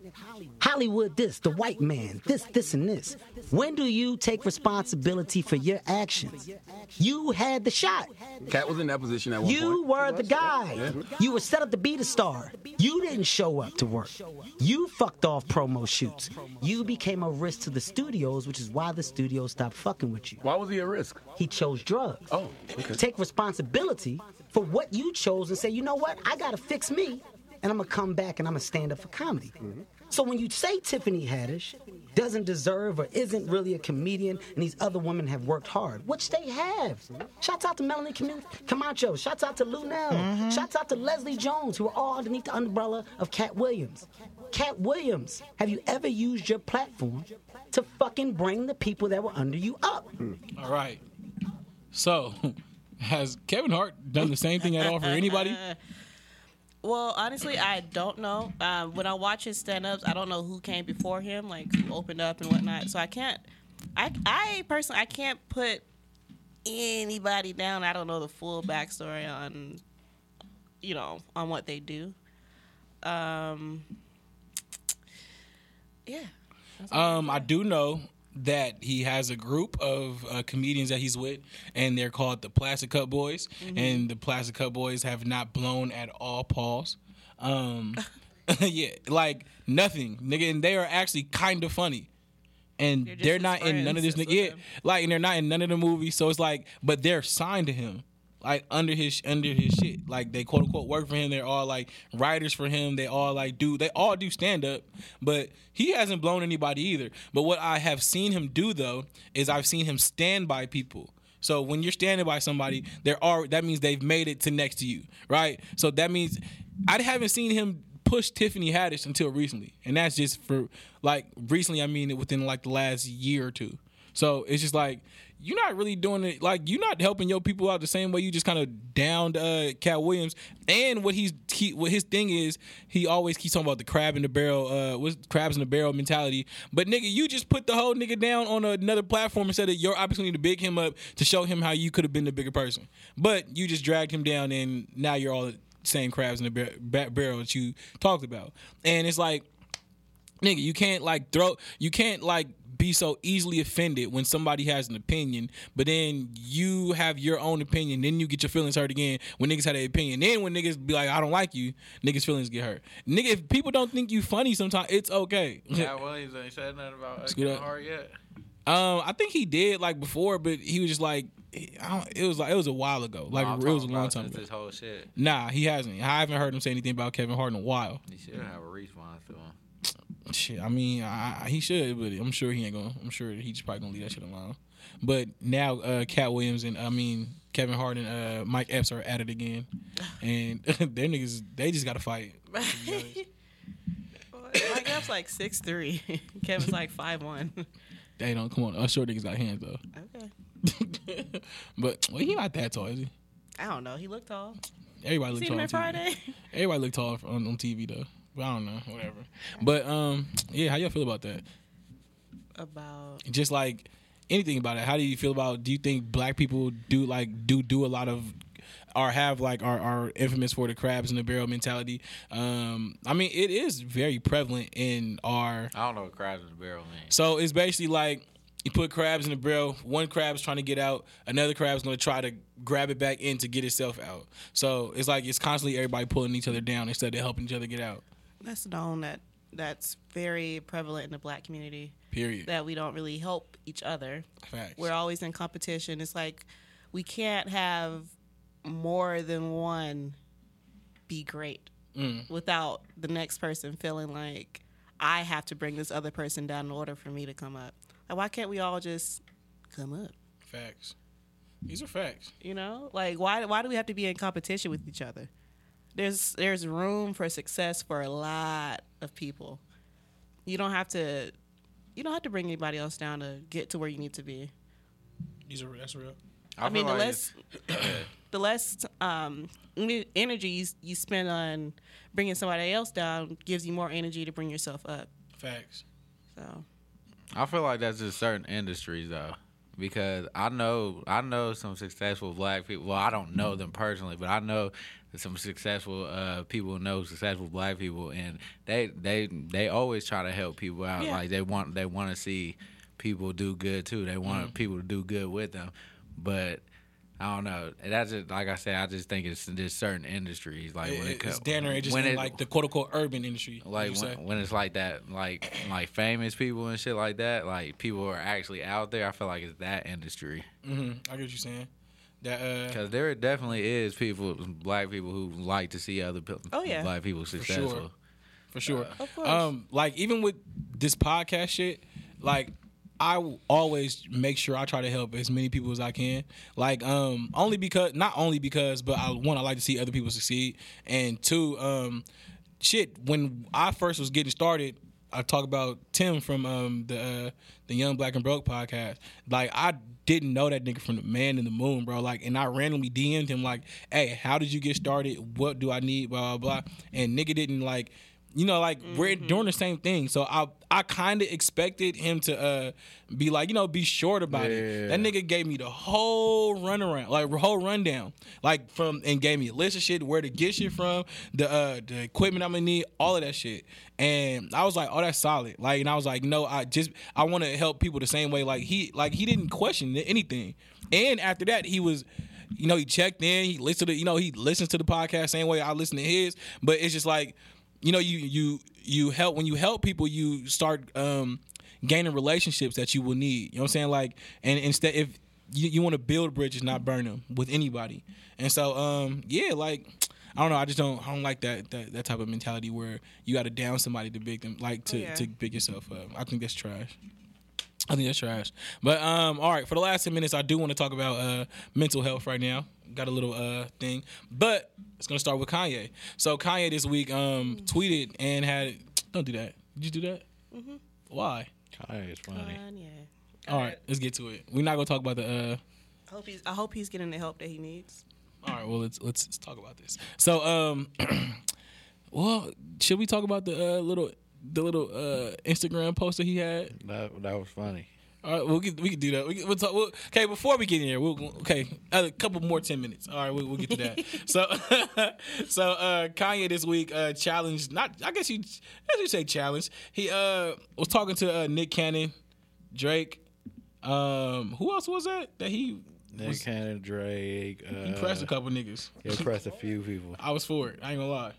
I: Hollywood this, the white man, this, this, and this. When do you take responsibility for your actions? You had the shot.
J: Cat was in that position at one
I: You
J: point.
I: were the guy. You were set up to be the star. You didn't show up to work. You fucked off promo shoots. You became a risk to the studios, which is why the studios stopped fucking with you.
J: Why was he at risk?
I: He chose drugs.
J: Oh, okay.
I: Take responsibility for what you chose and say, you know what? I got to fix me and I'm going to come back and I'm going to stand up for comedy.
J: Mm-hmm.
I: So when you say Tiffany Haddish doesn't deserve or isn't really a comedian and these other women have worked hard, which they have.
J: Mm-hmm.
I: Shouts out to Melanie Cam- Camacho. Shouts
J: Mm-hmm.
I: out to Lou Nell. Shouts out to Leslie Jones, who are all underneath the umbrella of Cat Williams. Cat Williams, have you ever used your platform to fucking bring the people that were under you up?
J: Hmm.
A: All right. So, has Kevin Hart done the same thing at all for anybody?
C: Well, honestly, I don't know. Um, when I watch his stand-ups, I don't know who came before him, like who opened up and whatnot. So I can't. I I personally I can't put anybody down. I don't know the full backstory on, you know, on what they do. Um. Yeah.
A: Um, I do know that he has a group of uh, comedians that he's with, and they're called the Plastic Cup Boys.
K: Mhm.
A: And the Plastic Cup Boys have not blown at all. Pause. Um, yeah, like nothing, nigga. And they are actually kind of funny. And they're, not in none of this nigga. Yeah, like and they're not in none of the movies. So it's like, but they're signed to him, like under his under his shit. Like they quote unquote work for him. They're all like writers for him. They all like do they all do stand up. But he hasn't blown anybody either. But what I have seen him do though is I've seen him stand by people. So when you're standing by somebody, there are that means they've made it to next to you, right? So that means I haven't seen him push Tiffany Haddish until recently, and that's just for like recently. I mean, within like the last year or two. So it's just like you're not really doing it. Like you're not helping your people out the same way. You just kind of downed uh, Cat Williams, and what he's he, what his thing is. He always keeps talking about the crab in the barrel, uh, what's crabs in the barrel mentality. But nigga, you just put the whole nigga down on another platform instead of your opportunity to big him up to show him how you could have been the bigger person. But you just dragged him down, and now you're all the same crabs in the bar- ba- barrel that you talked about. And it's like nigga, you can't like throw, you can't like be so easily offended when somebody has an opinion, but then you have your own opinion, then you get your feelings hurt again when niggas had an opinion. Then when niggas be like, I don't like you, niggas' feelings get hurt. Nigga, if people don't think you funny sometimes, it's okay.
B: Cat Williams ain't said nothing about
A: Scoot
B: Kevin
A: up.
B: Hart yet.
A: Um, I think he did like before, but he was just like, I don't, it was like it was a while ago, like
B: No, I'm
A: it was a
B: talking
A: long
B: about
A: time
B: since
A: ago.
B: This whole shit.
A: Nah, he hasn't. I haven't heard him say anything about Kevin Hart in a while.
B: You should have a response to him.
A: Shit, I mean, I, I- he should, but I'm sure he ain't gonna. I'm sure he's probably gonna leave that shit alone. But now, uh, Cat Williams and I mean Kevin Hart and uh, Mike Epps are at it again, and their niggas they just gotta fight.
C: Mike Epps like six three. Kevin's like five one.
A: They don't come on. Us short niggas got hands though,
C: Okay.
A: but well, he not that tall, is he?
C: I don't know. He looked tall.
A: Everybody look
C: Seen
A: tall
C: him
A: on
C: on
A: TV.
C: Friday.
A: Everybody look tall on, on TV though. But I don't know, whatever. But um, yeah, how y'all feel about that?
C: About
A: just like anything about it how do you feel about do you think black people do like do do a lot of or have like our are infamous for the crabs in the barrel mentality um i mean it is very prevalent in our
B: I don't know what crabs in the barrel means.
A: so it's basically like you put crabs in the barrel. One crab's trying to get out. Another crab's going to try to grab it back in to get itself out. So it's like it's constantly everybody pulling each other down instead of helping each other get out.
C: that's known that that's very prevalent in the black community.
A: Period.
C: That we don't really help each other.
A: Facts.
C: We're always in competition. It's like we can't have more than one be great
A: Mm.
C: without the next person feeling like I have to bring this other person down in order for me to come up. Like why can't we all just come up?
A: Facts. These are facts.
C: You know, like why why do we have to be in competition with each other? There's there's room for success for a lot of people. You don't have to you don't have to bring anybody else down to get to where you need to be.
A: These are that's real.
C: I, mean, the less the less um, ne- energy you, s- you spend on bringing somebody else down gives you more energy to bring yourself up.
A: Facts.
C: So
B: I feel like that's just certain industries though. Because I know I know some successful black people. Well, I don't know them personally, but I know some successful uh, people who know successful black people, and they they they always try to help people out.
K: Yeah.
B: Like they want they want to see people do good too. They want
K: Mhm.
B: people to do good with them, but. I don't know. That's just like I said. I just think it's just certain industries, like when it
A: It-
B: comes
A: it's dinner. It just
B: when
A: mean,
B: it-
A: like the quote unquote urban industry.
B: like
A: you say.
B: when, when it's like that like like famous people and shit like that like people who are actually out there i feel like it's that industry
A: hmm I get what you're saying. That uh,
B: because there definitely is people black people who like to see other people
A: Oh, yeah.
B: black people
A: For
B: successful
A: sure. for sure.
B: Of course.
A: Um, like even with this podcast shit, like I w- always make sure I try to help as many people as I can. Like um, only because not only because, but I one I like to see other people succeed, and two um. shit, when I first was getting started, I talk about Tim from um, the uh, the Young Black and Broke podcast. Like I didn't know that nigga from the Man in the Moon, bro. Like, and I randomly DM'd him like, "Hey, how did you get started? What do I need?" Blah blah blah. And nigga didn't like. You know, like we're doing the same thing, so I I kind of expected him to uh, be like, you know, be short about it. That nigga gave me the whole runaround, like whole rundown, like from and gave me a list of shit, where to get shit from, the uh, the equipment I'm gonna need, all of that shit. And I was like, oh, that's solid. Like, and I was like, no, I just I want to help people the same way. Like he like he didn't question anything. And after that, he was you know, he checked in, he listened to, you know, he listens to the podcast same way I listen to his. But it's just like, you know, you you you help when you help people, you start um gaining relationships that you will need. You know what I'm saying? Like, and instead, if you, you want to build bridges, not burn them with anybody. And so, um, yeah, like. I don't know. I just don't. I don't like that that, that type of mentality where you got to down somebody to big them, like to
K: Yeah.
A: to big yourself up. I think that's trash. I think that's trash. But um, all right, for the last ten minutes, I do want to talk about uh, mental health right now. Got a little uh thing, but it's gonna start with Kanye. So Kanye this week um tweeted and had don't do that. Did you do that?
C: Mhm.
A: Why?
B: Mm-hmm. Kanye is funny.
C: Kanye.
A: All right, let's get to it. We're not gonna talk about the. uh
C: I hope he's. I hope he's getting the help that he needs.
A: All right, well let's let's, let's talk about this. So um, well, should we talk about the uh, little the little uh Instagram post that he had?
B: That, that was funny.
A: All right, we'll get, we can do that. We can, we'll talk. We'll, okay, before we get in here, we'll, okay, a couple more ten minutes. All right, we'll, we'll get to that. so, so uh, Kanye this week uh, challenged. Not, I guess you, as you say, challenge. He uh, was talking to uh, Nick Cannon, Drake. Um, who else was that? That he
B: Nick
A: was,
B: Cannon, Drake. Uh,
A: he pressed a couple niggas.
B: Yeah, pressed a few people.
A: I was for it. I ain't gonna lie.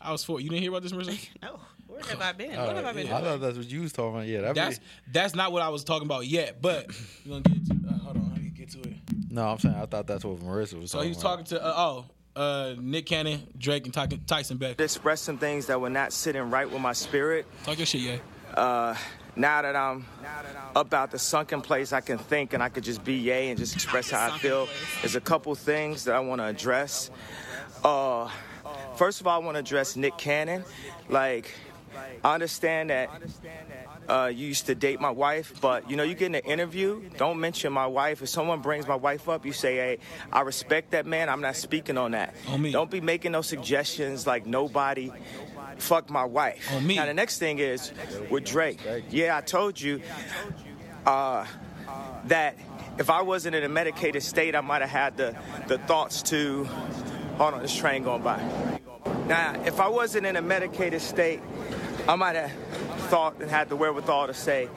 A: I was for it. You didn't hear about this, Marissa?
C: No, where have I been?
B: Oh,
C: what have I been
B: I
C: doing?
B: thought that's what you was talking about. Yeah, that'd
A: That's that's not what I was talking about yet. But we're gonna get to. Uh, hold on, honey, get to it.
B: be, no, I'm saying I thought that's what Marissa was
A: So
B: talking
A: he was talking to uh, oh uh, Nick Cannon, Drake, and Ty- Tyson Beck.
L: Express some things that were not sitting right with my spirit.
A: Talk your shit, yeah.
L: Uh, now that I'm up out the sunken place, I can think and I could just be yay and just express how I feel. There's a couple things that I want to address. Uh, first of all, I want to address Nick Cannon. Like, I understand that uh, you used to date my wife, but you know, you get in an interview, don't mention my wife. If someone brings my wife up, you say, hey, I respect that man. I'm not speaking on that. Don't be making no suggestions like nobody fuck my wife. Now, the next thing is with Drake. Yeah, I told you uh, that if I wasn't in a medicated state, I might have had the, the thoughts to, hold on, this train going by. Now, if I wasn't in a medicated state, I might have thought and had the wherewithal to say,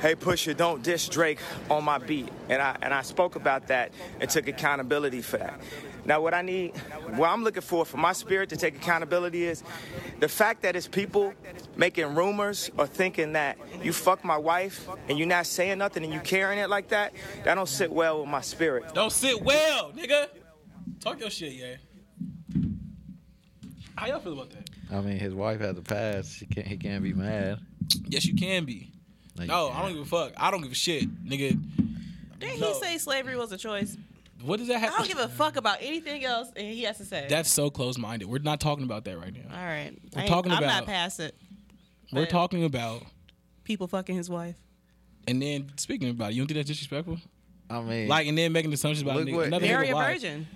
L: hey Pusha, don't diss Drake on my beat. And I and I spoke about that and took accountability for that. Now what I need, what I'm looking for for my spirit to take accountability is the fact that it's people making rumors or thinking that you fuck my wife and you're not saying nothing and you carrying it like that, that don't sit well with my spirit.
A: Don't sit well, nigga. Talk your shit, yeah. How y'all feel about that?
B: to. I mean, his wife had to pass. She can't. He can't be mad.
A: Yes, you can be.
B: No, you
A: no, I don't give a fuck. I don't give a shit, nigga.
C: Didn't
A: No.
C: he say slavery was a choice?
A: What does that
C: I
A: have?
C: don't give a fuck about anything else, and he has to say.
A: That's so close-minded. We're not talking about that right now.
C: all right.
A: We're
C: I ain't-
A: talking
C: I'm
A: about-
C: not past it.
A: We're
C: But
A: talking about
C: people fucking his wife.
A: and then speaking about it. You don't think that's disrespectful?
B: I mean,
A: like and then making assumptions about
B: look
A: nigga,
B: what-
A: another
B: Marry
A: nigga
B: a
A: wife.
C: virgin.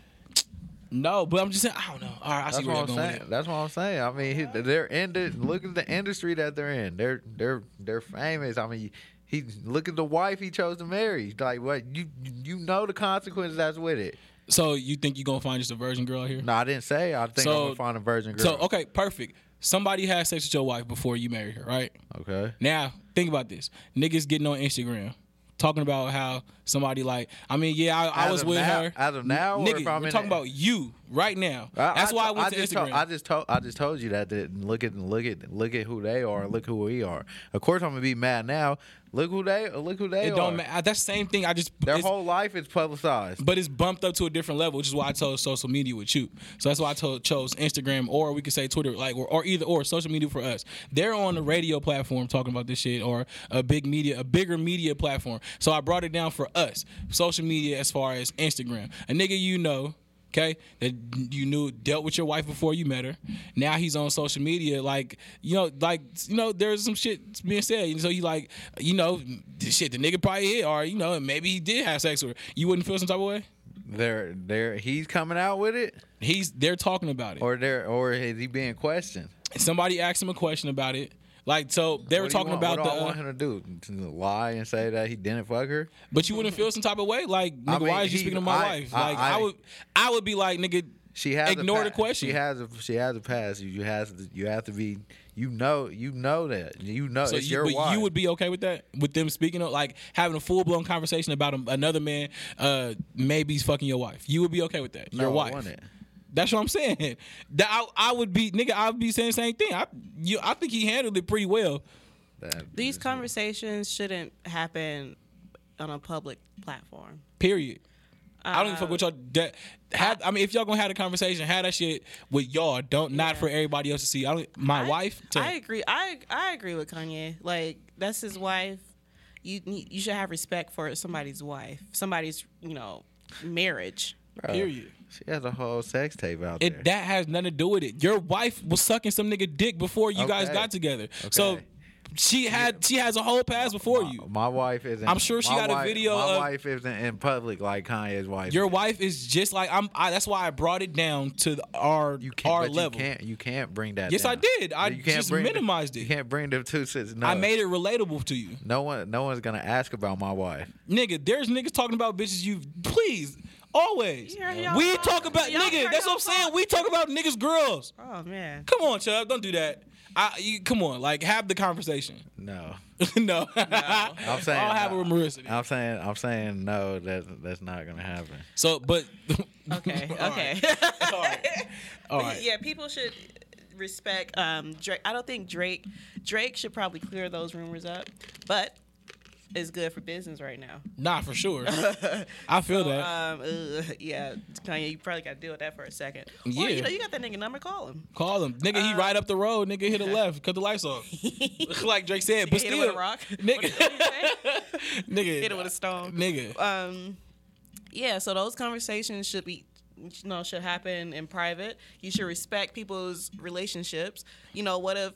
A: No, but I'm just saying. I don't know. All right, I
B: That's
A: see where
B: what
A: you're
B: I'm
A: going. With
B: saying.
A: it.
B: That's what I'm saying. I mean, he, they're in the, look at the industry that they're in. They're they're they're famous. I mean, he look at the wife he chose to marry. Like what you you know the consequences that's with it.
A: So you think you're gonna find just a virgin girl out here?
B: No, I didn't say. I think
A: So-
B: I'm gonna find a virgin girl.
A: So okay, perfect. Somebody had sex with your wife before you married her, right?
B: Okay.
A: Now think about this: niggas getting on Instagram talking about how somebody like. I mean, yeah, I, I
B: As
A: was
B: of
A: with
B: now-
A: her.
B: as of now, or
A: nigga,
B: if I'm
A: we're
B: in
A: talking
B: it?
A: about you right now. That's
B: I-
A: why I
B: I
A: went to
B: just
A: Instagram.
B: Told, I just told I just told you that, that look at look at look at who they are. Look who we are. Of course, I'm gonna be mad now. Look who they look who they
A: it
B: are.
A: don't matter. That's the same thing. I just
B: Their
A: it's-
B: whole life is publicized.
A: but it's bumped up to a different level, which is why I chose social media with you. So that's why I told, chose Instagram or we could say Twitter, like or, or either or social media for us. They're on a radio platform talking about this shit or a big media, a bigger media platform. So I brought it down for us, social media as far as Instagram. A nigga you know
D: okay, that you knew dealt with your wife before you met her. Now he's on social media, like you know, like you know, there's some shit being said, and so you like, you know, shit, the nigga probably hit, or you know, and maybe he did have sex with her. You wouldn't feel some type of way.
B: They're they're he's coming out with it.
D: He's they're talking about it,
B: or they're or is he being questioned?
D: Somebody asked him a question about it. Like so, they were
B: What do you
D: talking
B: want-
D: about
B: what do
D: the.
B: I want him to do to lie and say that he didn't fuck her.
D: But you wouldn't feel some type of way, like nigga,
B: I mean,
D: why is you
B: he-
D: speaking to my
B: I-
D: wife?
B: I-
D: Like I,
B: I-
D: would, I would be like, nigga,
B: She has a
D: ignore the
B: pa-
D: question.
B: She has a she has a pass. You, you has to, you have to be you know you know that you know
D: so
B: it's
D: you,
B: your
D: but
B: wife.
D: you would be okay with that, with them speaking of like having a full blown conversation about a, another man, uh, maybe he's fucking your wife. You would be okay with that,
B: No,
D: your
B: I
D: wife.
B: wouldn't.
D: That's what I'm saying. That I, I would be, nigga, I'd be saying the same thing. I, you, I think he handled it pretty well.
C: These conversations shouldn't happen on a public platform.
D: Period. I don't even
C: Uh,
D: fuck with y'all. That, have, I mean, if y'all gonna have a conversation, have that shit with y'all. Don't not for everybody else to see. I don't, my wife. To,
C: I agree. I I agree with Kanye. Like that's his wife. You need- you should have respect for somebody's wife, somebody's you know marriage.
B: Bro, She has a whole sex tape out there.
D: It, that has nothing to do with it. Your wife was sucking some nigga dick before you guys
B: Okay.
D: got together. So
B: Okay.
D: she had she has a whole pass before you.
B: My wife isn't.
D: I'm sure she
B: my
D: got a
B: wife-
D: video
B: My
D: of-
B: wife isn't in public like Kanye's wife.
D: Your wife is just like I'm. I, that's why I brought it down to the- our
B: But
D: our
B: you
D: level.
B: can't you can't bring that.
D: Yes,
B: down.
D: I did. I
B: You can't
D: just
B: bring the-
D: minimized it.
B: You can't bring the two sisters. No,
D: I made it relatable to you,
B: No one no one's gonna ask about my wife.
D: nigga. There's niggas talking about bitches. You please always.
C: y'all
D: we
C: talk.
D: talk about
C: Y'all
D: nigga.
C: heard
D: That's what I'm saying. We talk about niggas, girls.
C: Oh man.
D: Come on, Chubb. Don't do that. I you, come on. Like have the conversation.
B: No.
D: no.
B: I'm saying
D: I'll have it with Marissa.
B: I'm saying I'm saying no, that that's not gonna happen.
D: So, but
C: Okay. Okay.
D: All
C: But
D: right.
C: Yeah, people should respect um, Drake. I don't think Drake Drake should probably clear those rumors up, but it's good for business right now.
D: Nah, for sure. I feel that.
C: Um, ugh, yeah, Kanye, you probably got to deal with that for a second. Or,
D: Yeah.
C: you know, you got that nigga number, call him.
D: Call him, nigga. He
C: uh,
D: right up the road, nigga. Hit a left, cut the lights off. like Drake said, but
C: hit
D: still,
C: him with a rock.
D: nigga, nigga,
C: Hit him with a stone.
D: nigga.
C: Um, yeah, so those conversations should be. You know, should happen in private. You should respect people's relationships. You know, what if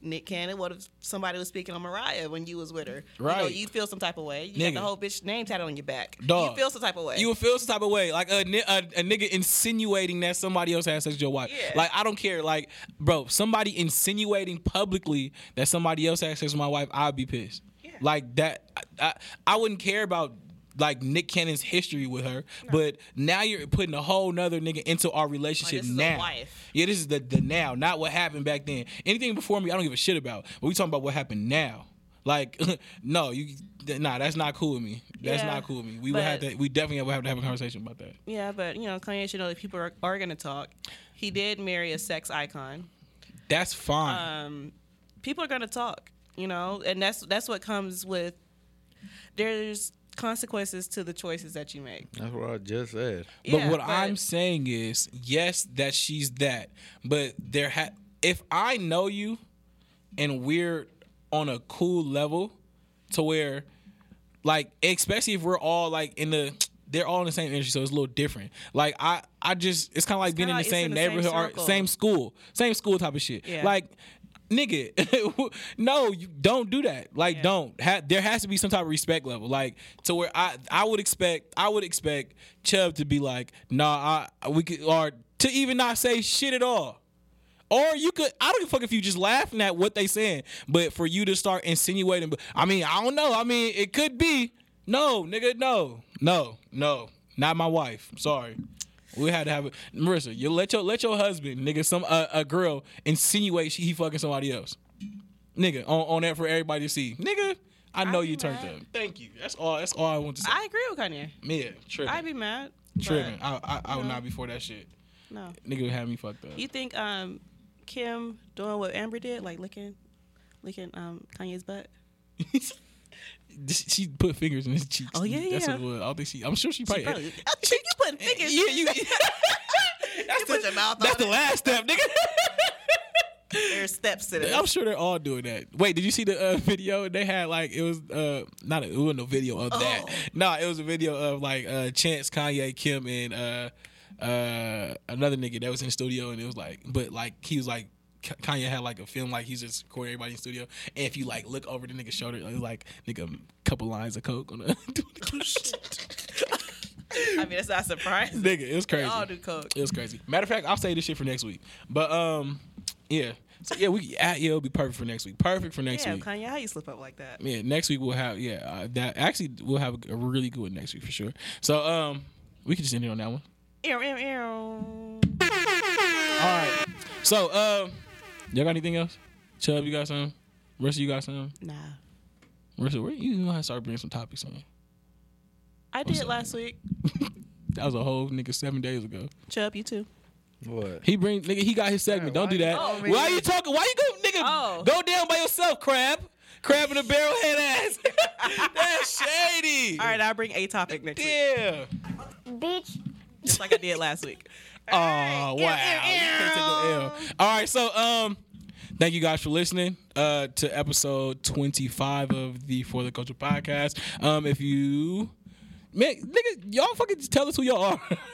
C: Nick Cannon? What if somebody was speaking on Mariah when you was with her? You know,
D: Right.
C: you feel some type of way. You got
D: Nigga.
C: the whole bitch name tatted on your back.
D: Dog.
C: You feel some type of way.
D: You would feel some type of way, like a, ni- a, a nigga insinuating that somebody else has sex with your wife.
C: Yeah.
D: Like I don't care, like bro, somebody insinuating publicly that somebody else has sex with my wife, I'd be pissed. Like that, I, I, I wouldn't care about like Nick Cannon's history with her, but now you're putting a whole nother nigga into our relationship
C: this is a
D: now.
C: wife.
D: Yeah, this is the the now, not what happened back then. Anything before me, I don't give a shit about. But we talking about what happened now. Like, no, you, nah, that's not cool with me. That's
C: Yeah,
D: not cool with me. We would have
C: but-
D: to, we definitely would have to have a conversation about that.
C: yeah, but you know, Kanye should know that people are, are going to talk. He did marry a sex icon.
D: That's fine.
C: um, people are gonna talk, you know, and that's that's what comes with. There's consequences to the choices that you make.
B: That's what I just said.
D: but
C: yeah,
D: what
C: but-
D: I'm saying is, yes, that she's that, but there ha- if I know you, and we're on a cool level, to where, like, especially if we're all like in the. They're all in the same industry, so it's a little different. Like I, I just it's kind of like being in
C: kinda
D: the same
C: like it's in the same
D: neighborhood
C: circle.
D: or same school, same school type of shit.
C: Yeah.
D: Like, nigga, no, you don't do that. Like, don't. Ha- there has to be some type of respect level. Like, to where I, I would expect, I would expect Chubb to be like, nah, I, we could, or to even not say shit at all. Or you could, I don't give a fuck if you just laughing at what they saying, but for you to start insinuating, but I mean, I don't know. I mean, it could be. No, nigga, no, no, no, not my wife. Sorry. We had to have it, Marissa. You let your let your husband, nigga, some uh, a girl insinuate she, he fucking somebody else, nigga, on, on that for everybody to see, nigga. I know you turned up. Thank you. That's all. That's all I want to say.
C: I agree with Kanye.
D: yeah, tripping,
C: I'd be mad. but
D: tripping. I I, I would
C: no.
D: not be for that shit.
C: No.
D: Nigga would have me fucked up.
C: You think um, Kim doing what Amber did, like licking, licking um, Kanye's butt?
D: This- she put fingers in his cheeks.
C: Oh, yeah,
D: That's
C: yeah.
D: what it was. I don't think she. I'm sure she
C: She
D: probably.
C: probably, you putting fingers.
D: yeah, you. that's
C: put your mouth
D: that's
C: on
D: the last step, nigga.
C: There's steps to
D: I'm
C: this.
D: sure they're all doing that. Wait, did you see the uh, video? They had like it was uh not a, it wasn't a video of that. No, it was a video of like uh Chance, Kanye, Kim, and uh uh, another nigga that was in the studio, and it was like, but like he was like. K- Kanye had like a film, like he's just recording everybody in the studio. And if you like look over the nigga's shoulder, it was like nigga, couple lines of coke on the
C: I mean, it's not surprising.
D: nigga. It was crazy.
C: We all do coke.
D: It was crazy. Matter of fact, I'll say this shit for next week. But um, yeah. So yeah, we at yeah, it'll be perfect for next week. Perfect for next
C: Damn,
D: week.
C: Kanye, how you slip up like that?
D: Yeah, next week we'll have yeah uh, that actually we'll have a really good one next week for sure. So um, we can just end it on that one.
C: Ew, ew, ew.
D: All right. So um, y'all got anything else? Chubb, you got something? Rest of you got something?
C: Nah.
D: Rest of where you gonna have to start bringing some topics on?
C: I did last week.
D: That was a whole nigga seven days ago.
C: Chubb, you too.
B: What?
D: He bring nigga. He got his segment. Don't do that.
C: Oh, man. Oh.
D: why you talking? Why you go nigga? Go down by yourself, crab. Crab in a barrel head ass. That's shady.
C: All right, I'll bring a topic next
D: Yeah.
C: Bitch. Just like I did last week.
D: Oh wow. You can't take no L. All right. So um, thank you guys for listening uh to episode twenty five of the For the Culture podcast. Um, if you Man, nigga, y'all fucking just tell us who y'all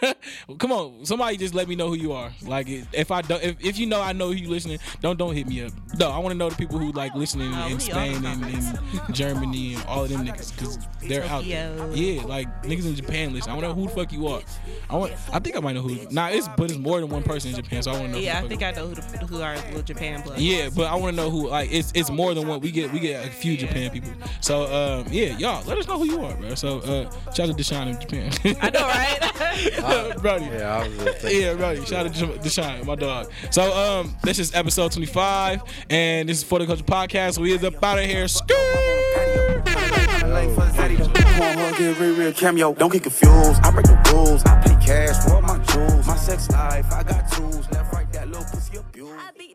D: are. Come on, somebody just let me know who you are. Like, if I don't, if, if you know I know who you listening, don't don't hit me up. No, I want to know the people who like listening in Spain and, and Germany and all of them niggas because they're out. There.
C: Tokyo.
D: Yeah, like niggas in Japan listen. I want to know who the fuck you are. I want. I think I might know who. Nah, it's but it's more than one person in Japan, so I want to know. who
C: Yeah,
D: the
C: I
D: fuck
C: think I know who, the, who our little Japan blood.
D: yeah, but I want to know who. Like, it's it's more than one. We get we get a few Japan people. So um, yeah, y'all let us know who you are, bro. So uh, shout out to Deshaun in Japan. I know, right? Brody.
B: Yeah, I was just thinking.
D: Yeah, Brody. Shout out to Desha- Deshaun, my dog. So um, this is episode 25, and this is for the culture podcast. We is up out of here.
A: Come on, hug it, real, real cameo. Don't get confused. I break the rules. I pay cash for all my jewels. My sex life, I got tools. Left, right, that little pussy abuse.